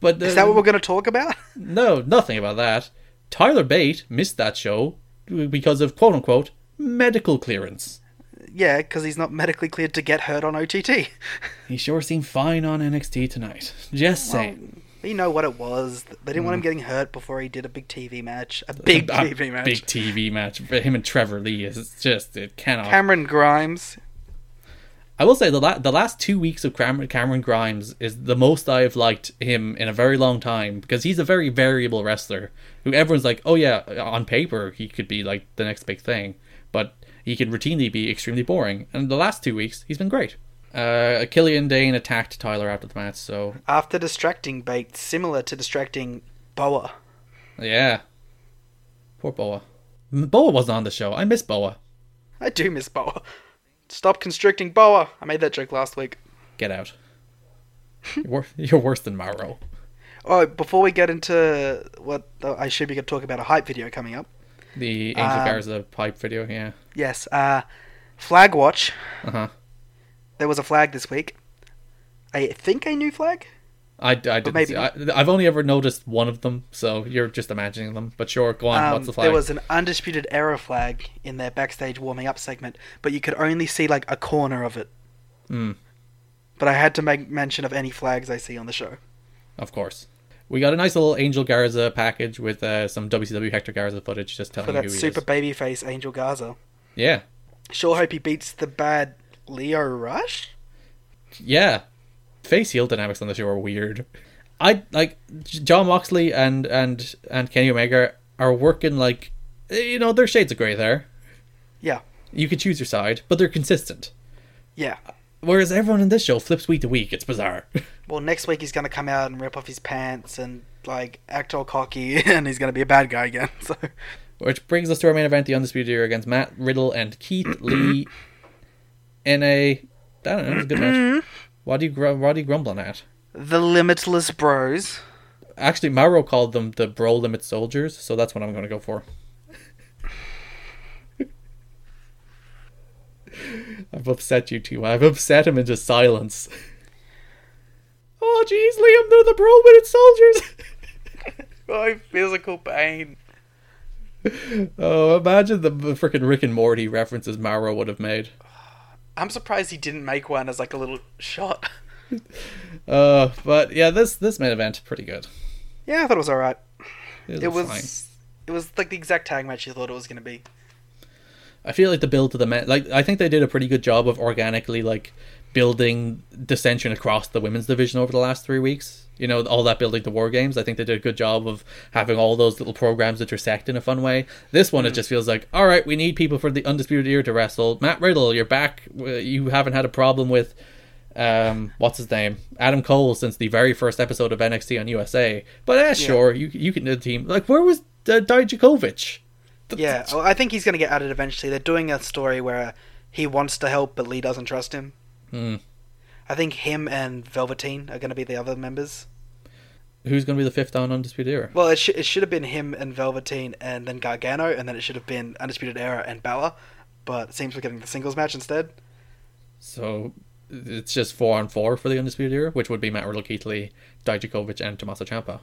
Speaker 3: But
Speaker 4: Is that what we're going to talk about? (laughs)
Speaker 3: no, nothing about that. Tyler Bate missed that show because of quote unquote medical clearance.
Speaker 4: yeah, because he's not medically cleared to get hurt on OTT.
Speaker 3: He sure seemed fine on NXT tonight. Just saying.
Speaker 4: You know what it was. They didn't want him getting hurt before he did a big TV match. A big
Speaker 3: A
Speaker 4: TV match.
Speaker 3: Big TV match. For him and Trevor Lee is just it cannot.
Speaker 4: Cameron Grimes.
Speaker 3: I will say the la- the last two weeks of Cam- Cameron Grimes is the most I've liked him in a very long time because he's a very variable wrestler who everyone's like, oh yeah, on paper he could be like the next big thing, but he can routinely be extremely boring. And the last two weeks he's been great. Uh, Killian Dane attacked Tyler after the match, so
Speaker 4: After distracting Bate, similar to distracting Boa.
Speaker 3: yeah, poor Boa. M- Boa wasn't on the show. I miss Boa.
Speaker 4: I do miss Boa. Stop constricting Boa. I made that joke last week.
Speaker 3: Get out. you're, wor- (laughs) you're worse than Mauro.
Speaker 4: Oh, before we get into what oh, I should be going to talk about a hype video coming up.
Speaker 3: The Angel
Speaker 4: Um,
Speaker 3: Garza pipe video. Yeah.
Speaker 4: Yes, uh, flag watch.
Speaker 3: Uh huh.
Speaker 4: There was a flag this week. I think a new flag.
Speaker 3: I, I didn't.
Speaker 4: maybe
Speaker 3: see- I, I've only ever noticed one of them, so you're just imagining them. But sure, go on.
Speaker 4: Um,
Speaker 3: Uh, what's the flag?
Speaker 4: There was an undisputed error flag in their backstage warming up segment, but you could only see like a corner of it.
Speaker 3: Hmm.
Speaker 4: But I had to make mention of any flags I see on the show.
Speaker 3: Of course, we got a nice little Angel Garza package with uh, some WCW Hector Garza footage, just telling
Speaker 4: But
Speaker 3: you
Speaker 4: that
Speaker 3: who he
Speaker 4: super
Speaker 3: is.
Speaker 4: babyface Angel Garza.
Speaker 3: Yeah,
Speaker 4: Sure hope he beats the bad Leo Rush.
Speaker 3: yeah. Face heel dynamics on the show are weird. I like J- John Moxley and and and Kenny Omega are working like you know there's shades of gray there.
Speaker 4: Yeah,
Speaker 3: You could choose your side, but they're consistent.
Speaker 4: yeah.
Speaker 3: Whereas everyone in this show flips week to week. It's bizarre. (laughs)
Speaker 4: Well, next week he's gonna come out and rip off his pants and like act all cocky, (laughs) and he's gonna be a bad guy again. (laughs) So
Speaker 3: Which brings us to our main event, the Undisputed Era against Matt Riddle and Keith Lee in a I don't know, it was a good match. Why do you gr- why do you grumble on that?
Speaker 4: the Limitless Bros.
Speaker 3: Actually Mauro called them the bro limit soldiers, so that's what I'm gonna go for. (laughs) I've upset you too. I've upset him into silence. (laughs) Oh jeez, Liam, they're the bro limit soldiers. (laughs)
Speaker 4: My Oh, physical pain.
Speaker 3: oh, imagine the freaking Rick and Morty references Mauro would have made.
Speaker 4: I'm surprised he didn't make one as like a little shot.
Speaker 3: Uh, but yeah, this this main event pretty good.
Speaker 4: (laughs) Yeah, I thought it was alright.
Speaker 3: It
Speaker 4: It was
Speaker 3: fine.
Speaker 4: it was like the exact tag match you thought it was gonna be.
Speaker 3: I feel like the build to the men. Like I think they did a pretty good job of organically like building dissension across the women's division over the last three weeks. You know, all that building to war games. I think they did a good job of having all those little programs intersect in a fun way. This one, it just feels like, all right, we need people for the undisputed era to wrestle. Matt Riddle, you're back. Uh, You haven't had a problem with um, what's his name, Adam Cole, since the very first episode of NXT on USA. But eh, sure, you you can do the team. Like, where was uh, Dijakovic? Th-
Speaker 4: Yeah, well, I think he's gonna get added eventually. They're doing a story where he wants to help, but Lee doesn't trust him.
Speaker 3: Hmm.
Speaker 4: I think him and Velveteen are gonna be the other members.
Speaker 3: Who's going to be the fifth on Undisputed Era?
Speaker 4: Well, it, sh- it should have been him and Velveteen, and then Gargano, and then it should have been Undisputed Era and Balor. But it seems we're getting the singles match instead.
Speaker 3: So it's just four on four for the Undisputed Era, which would be Matt Riddle, Keith Lee, Dijakovic, and Tommaso Ciampa.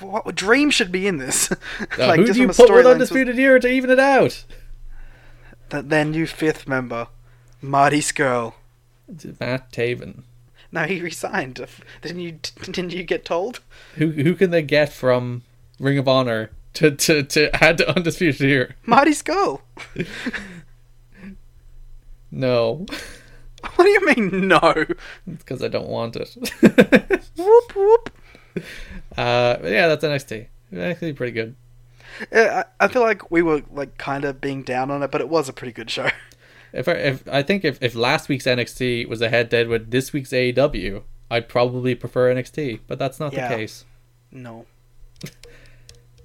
Speaker 4: What Dream should be in this? (laughs)
Speaker 3: Uh,
Speaker 4: Like,
Speaker 3: who
Speaker 4: just
Speaker 3: do you
Speaker 4: from a
Speaker 3: put with
Speaker 4: storyline
Speaker 3: Undisputed Era to even it out?
Speaker 4: pers- th- their new fifth member, Marty Skrull.
Speaker 3: Matt Taven.
Speaker 4: No, he resigned. Didn't you? Didn't you get told?
Speaker 3: Who who can they get from Ring of Honor to, to, to add to Undisputed Era?
Speaker 4: Marty Skrull.
Speaker 3: No,
Speaker 4: (laughs)
Speaker 3: (laughs)
Speaker 4: What do you mean, no?
Speaker 3: because I don't want it. (laughs)
Speaker 4: Whoop, whoop.
Speaker 3: uh, but yeah, that's NXT. NXT pretty good.
Speaker 4: Uh, I I feel like we were like kind of being down on it, but it was a pretty good show.
Speaker 3: If I, if I think if, if last week's NXT was a head to head with this week's AEW, I'd probably prefer NXT, but that's not
Speaker 4: Yeah.
Speaker 3: the case.
Speaker 4: No.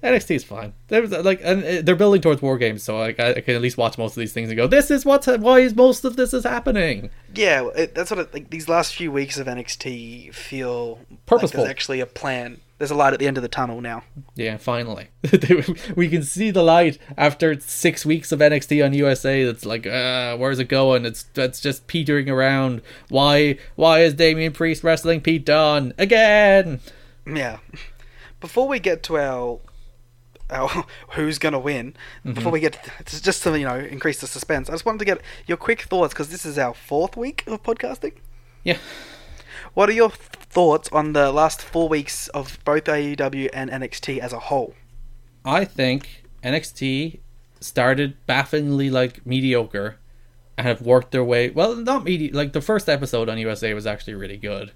Speaker 3: NXT is fine. There was like and uh, they're building towards war games, so like I, I can at least watch most of these things and go, "This is what's why is most of this is happening."
Speaker 4: Yeah, it, that's what it, like these last few weeks of NXT feel Like
Speaker 3: Purposeful.
Speaker 4: there's actually a plan. There's a light at the end of the tunnel now.
Speaker 3: Yeah, finally, (laughs) we can see the light after six weeks of NXT on USA. That's like, uh, where's it going? It's that's just petering around. Why? Why is Damian Priest wrestling Pete Dunne again?
Speaker 4: Yeah. Before we get to our, our (laughs) who's gonna win, before we get to, it's just to you know increase the suspense, I just wanted to get your quick thoughts because this is our fourth week of podcasting.
Speaker 3: Yeah,
Speaker 4: What are your th- thoughts on the last four weeks of both AEW and NXT as a whole?
Speaker 3: I think NXT started bafflingly like mediocre and have worked their way well not medi like the first episode on USA was actually really good.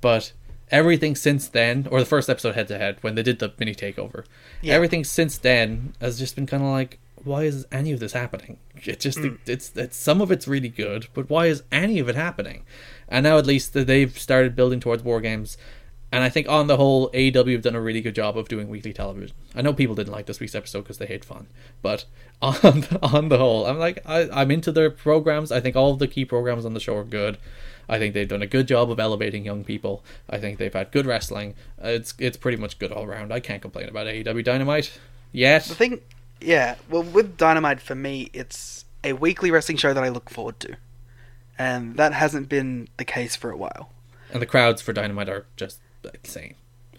Speaker 3: But everything since then or the first episode head to head when they did the mini takeover. Everything since then has just been kinda like, why is any of this happening? It just it's it's some of it's really good, but why is any of it happening? And now at least that they've started building towards war games and I think on the whole, AEW have done a really good job of doing weekly television. I know people didn't like this week's episode because they hate fun, but (laughs) on on the whole, I'm like I, I'm into their programs. I think all of the key programs on the show are good. I think they've done a good job of elevating young people. I think they've had good wrestling. Uh, It's it's pretty much good all around. I can't complain about AEW Dynamite
Speaker 4: The
Speaker 3: yet.
Speaker 4: thing, yeah, well, with Dynamite for me, it's a weekly wrestling show that I look forward to, and that hasn't been the case for a while.
Speaker 3: And the crowds for Dynamite are just insane.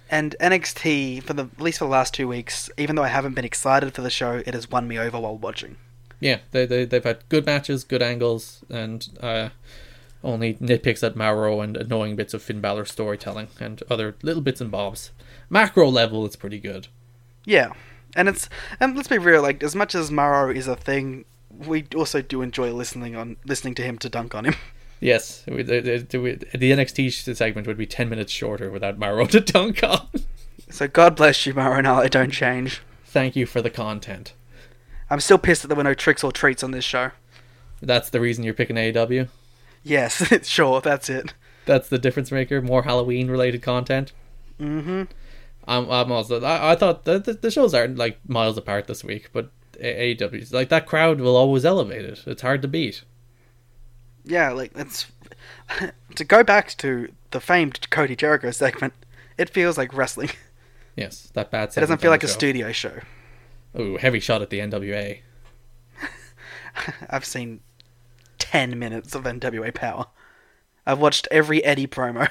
Speaker 4: And NXT for the at least for the last two weeks, even though I haven't been excited for the show, it has won me over while watching.
Speaker 3: Yeah, they, they they've had good matches, good angles, and uh, only nitpicks at Mauro and annoying bits of Finn Balor storytelling and other little bits and bobs. Macro level, it's pretty good.
Speaker 4: Yeah, and it's and let's be real, like as much as Maro is a thing, we also do enjoy listening on listening to him to dunk on him. (laughs)
Speaker 3: Yes, we, the, the, the- the NXT sh- segment would be ten minutes shorter without Mauro (laughs) to dunk on.
Speaker 4: So God bless you, Maro, and I don't change.
Speaker 3: Thank you for the content.
Speaker 4: I'm still pissed that there were no tricks or treats on this show.
Speaker 3: That's the reason you're picking AEW.
Speaker 4: Yes, (laughs) sure, that's it.
Speaker 3: That's the difference maker. More Halloween related content. Mm-hmm. I'm, I'm also. I, I thought the, the the shows aren't like miles apart this week, but A- AEW's like that crowd will always elevate it. It's hard to beat.
Speaker 4: Yeah, like that's (laughs) to go back to the famed Cody Jericho segment. It feels like wrestling.
Speaker 3: Yes, that bad.
Speaker 4: It doesn't feel like a studio show.
Speaker 3: Ooh, heavy shot at the NWA.
Speaker 4: I've seen 10 minutes of NWA Power. I've watched every Eddie promo.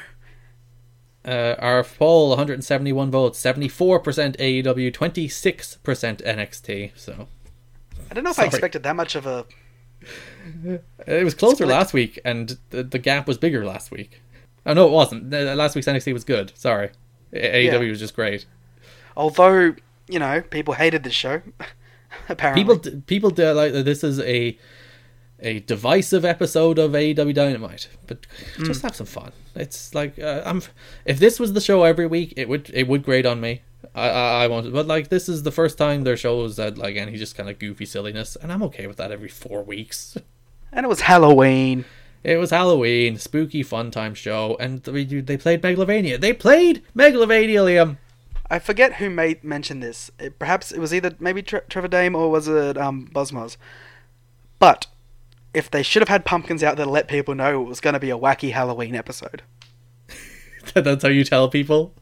Speaker 3: Uh, our poll: 171 votes, 74 percent AEW, 26 percent NXT. So
Speaker 4: I don't know if I
Speaker 3: Sorry.
Speaker 4: expected that much of a.
Speaker 3: it was closer last week, and the, the gap was bigger last week. Oh no, it wasn't. Uh, Last week's NXT was good. Sorry, A- AEW was just great.
Speaker 4: Although, you know, people hated this show. (laughs) apparently.
Speaker 3: people d- people do like that this is a a divisive episode of AEW Dynamite, but just have some fun. It's like uh, I'm if this was the show every week, it would it would grade on me. I I, I want, but like this is the first time their shows had like any just kind of goofy silliness, and I'm okay with that every four weeks. (laughs)
Speaker 4: And it was Halloween.
Speaker 3: It was Halloween, spooky fun time show, and we do- they played Megalovania. They played Megalovania, Liam. (laughs)
Speaker 4: I forget who made mention this. It, perhaps it was either maybe Tre- Trevor Dame or was it um, Bosmos. But if they should have had pumpkins out there to let people know it was going to be a wacky Halloween episode.
Speaker 3: That's how you tell people.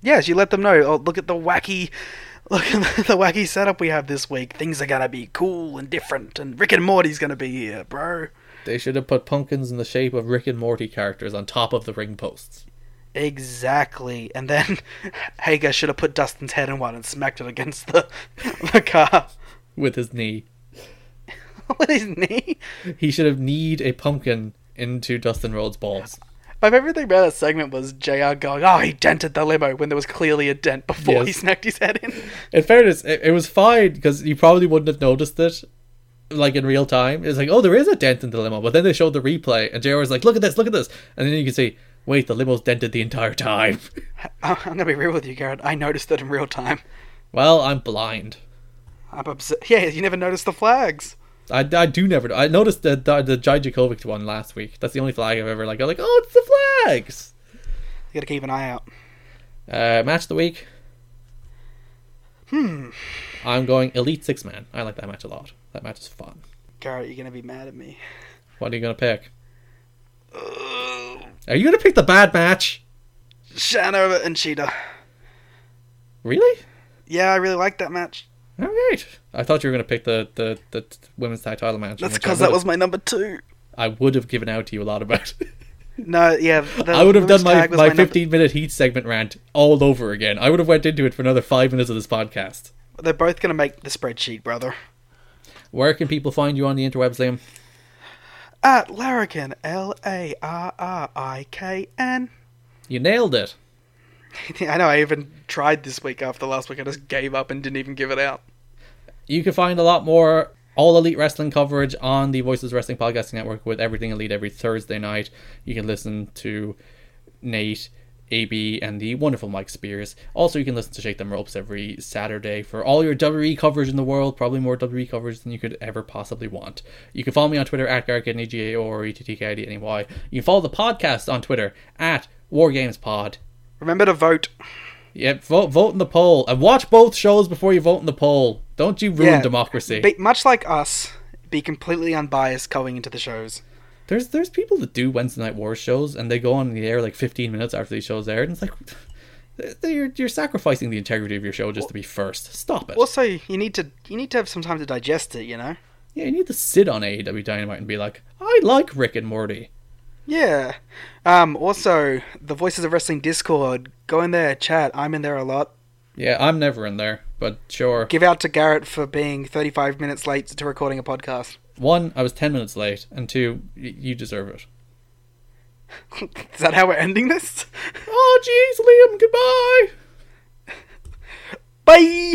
Speaker 4: Yes, you let them know. Oh, look at the wacky, (laughs) look at the wacky setup we have this week. Things are gonna be cool and different, and Rick and Morty's gonna be here, bro.
Speaker 3: They should have put pumpkins in the shape of Rick and Morty characters on top of the ring posts.
Speaker 4: Exactly. And then (laughs) Hager should have put Dustin's head in one and smacked it against the (laughs) the car (laughs)
Speaker 3: with his knee.
Speaker 4: with his knee.
Speaker 3: He should have kneed a pumpkin into Dustin Rhodes' balls.
Speaker 4: My favorite thing about that segment was Jr. going, "Oh, he dented the limo" when there was clearly a dent before
Speaker 3: Yes.
Speaker 4: he smacked his head in. (laughs)
Speaker 3: In fairness, it, it was fine because you probably wouldn't have noticed it like in real time. It's like, oh, there is a dent in the limo, but then they showed the replay, and JR was like, look at this, look at this, and then you can see, wait, the limo's dented the entire time. (laughs)
Speaker 4: I- Uh, I'm gonna be real with you, Garrett. I noticed it in real time.
Speaker 3: well, I'm blind.
Speaker 4: I'm obs- yeah, you never noticed the flags.
Speaker 3: I, I do never. I noticed the the, the Jai Djokovic one last week. That's the only flag I've ever like. I'm like, oh, it's the flags.
Speaker 4: You gotta keep an eye out.
Speaker 3: Uh, match of the week. Hmm. I'm going Elite Six Man. I like that match a lot. That match is fun.
Speaker 4: Garrett, you're gonna be mad at me.
Speaker 3: What are you gonna pick?
Speaker 4: Uh,
Speaker 3: Are you gonna pick the bad match?
Speaker 4: Shana and Cheetah.
Speaker 3: Really?
Speaker 4: Yeah, I really liked that match.
Speaker 3: All right. I thought you were gonna pick the the, the women's tag title match.
Speaker 4: That's
Speaker 3: which
Speaker 4: because
Speaker 3: I
Speaker 4: that
Speaker 3: would've-
Speaker 4: was my number two.
Speaker 3: I would have given out to you a lot about.
Speaker 4: No, yeah.
Speaker 3: (laughs)
Speaker 4: the
Speaker 3: I would have done
Speaker 4: women's
Speaker 3: my,
Speaker 4: tag was
Speaker 3: my
Speaker 4: number-
Speaker 3: 15 minute heat segment rant all over again. I would have went into it for another five minutes of this podcast.
Speaker 4: They're both gonna make the spreadsheet, brother.
Speaker 3: Where can people find you on the interwebs, Liam?
Speaker 4: At Larrikin, L A R R I K N. (laughs)
Speaker 3: You nailed it.
Speaker 4: I know I even tried this week after last week. I just gave up and didn't even give it out.
Speaker 3: You can find a lot more all elite wrestling coverage on the Voices Wrestling Podcasting Network with Everything Elite every Thursday night. You can listen to Nate, AB, and the wonderful Mike Spears. Also, you can listen to Shake Them Ropes every Saturday for all your WWE coverage in the world. Probably more WWE coverage than you could ever possibly want. You can follow me on Twitter at GarrickNEGA or ETTKIDNEY. E You can follow the podcast on Twitter at WarGamesPod.
Speaker 4: Remember to vote.
Speaker 3: Yep, vote vote in the poll and watch both shows before you vote in the poll. Don't you ruin
Speaker 4: Yeah.
Speaker 3: democracy.
Speaker 4: Be, much like us, be completely unbiased going into the shows.
Speaker 3: There's there's people that do Wednesday night war shows and they go on the air like 15 minutes after these shows aired and it's like (laughs) they- you're you're sacrificing the integrity of your show just to be first. Stop it.
Speaker 4: Also, you need to you need to have some time to digest it. You know.
Speaker 3: yeah, you need to sit on AEW Dynamite and be like, I like Rick and Morty.
Speaker 4: Yeah. Um. Also, the Voices of Wrestling Discord. Go in there, chat. I'm in there a lot.
Speaker 3: Yeah, I'm never in there, but sure.
Speaker 4: Give out to Garrett for being 35 minutes late to recording a podcast.
Speaker 3: One, I was 10 minutes late, and two, y- you deserve it.
Speaker 4: Is that how we're ending this? (laughs)
Speaker 3: Oh, jeez, Liam, goodbye.
Speaker 4: Bye.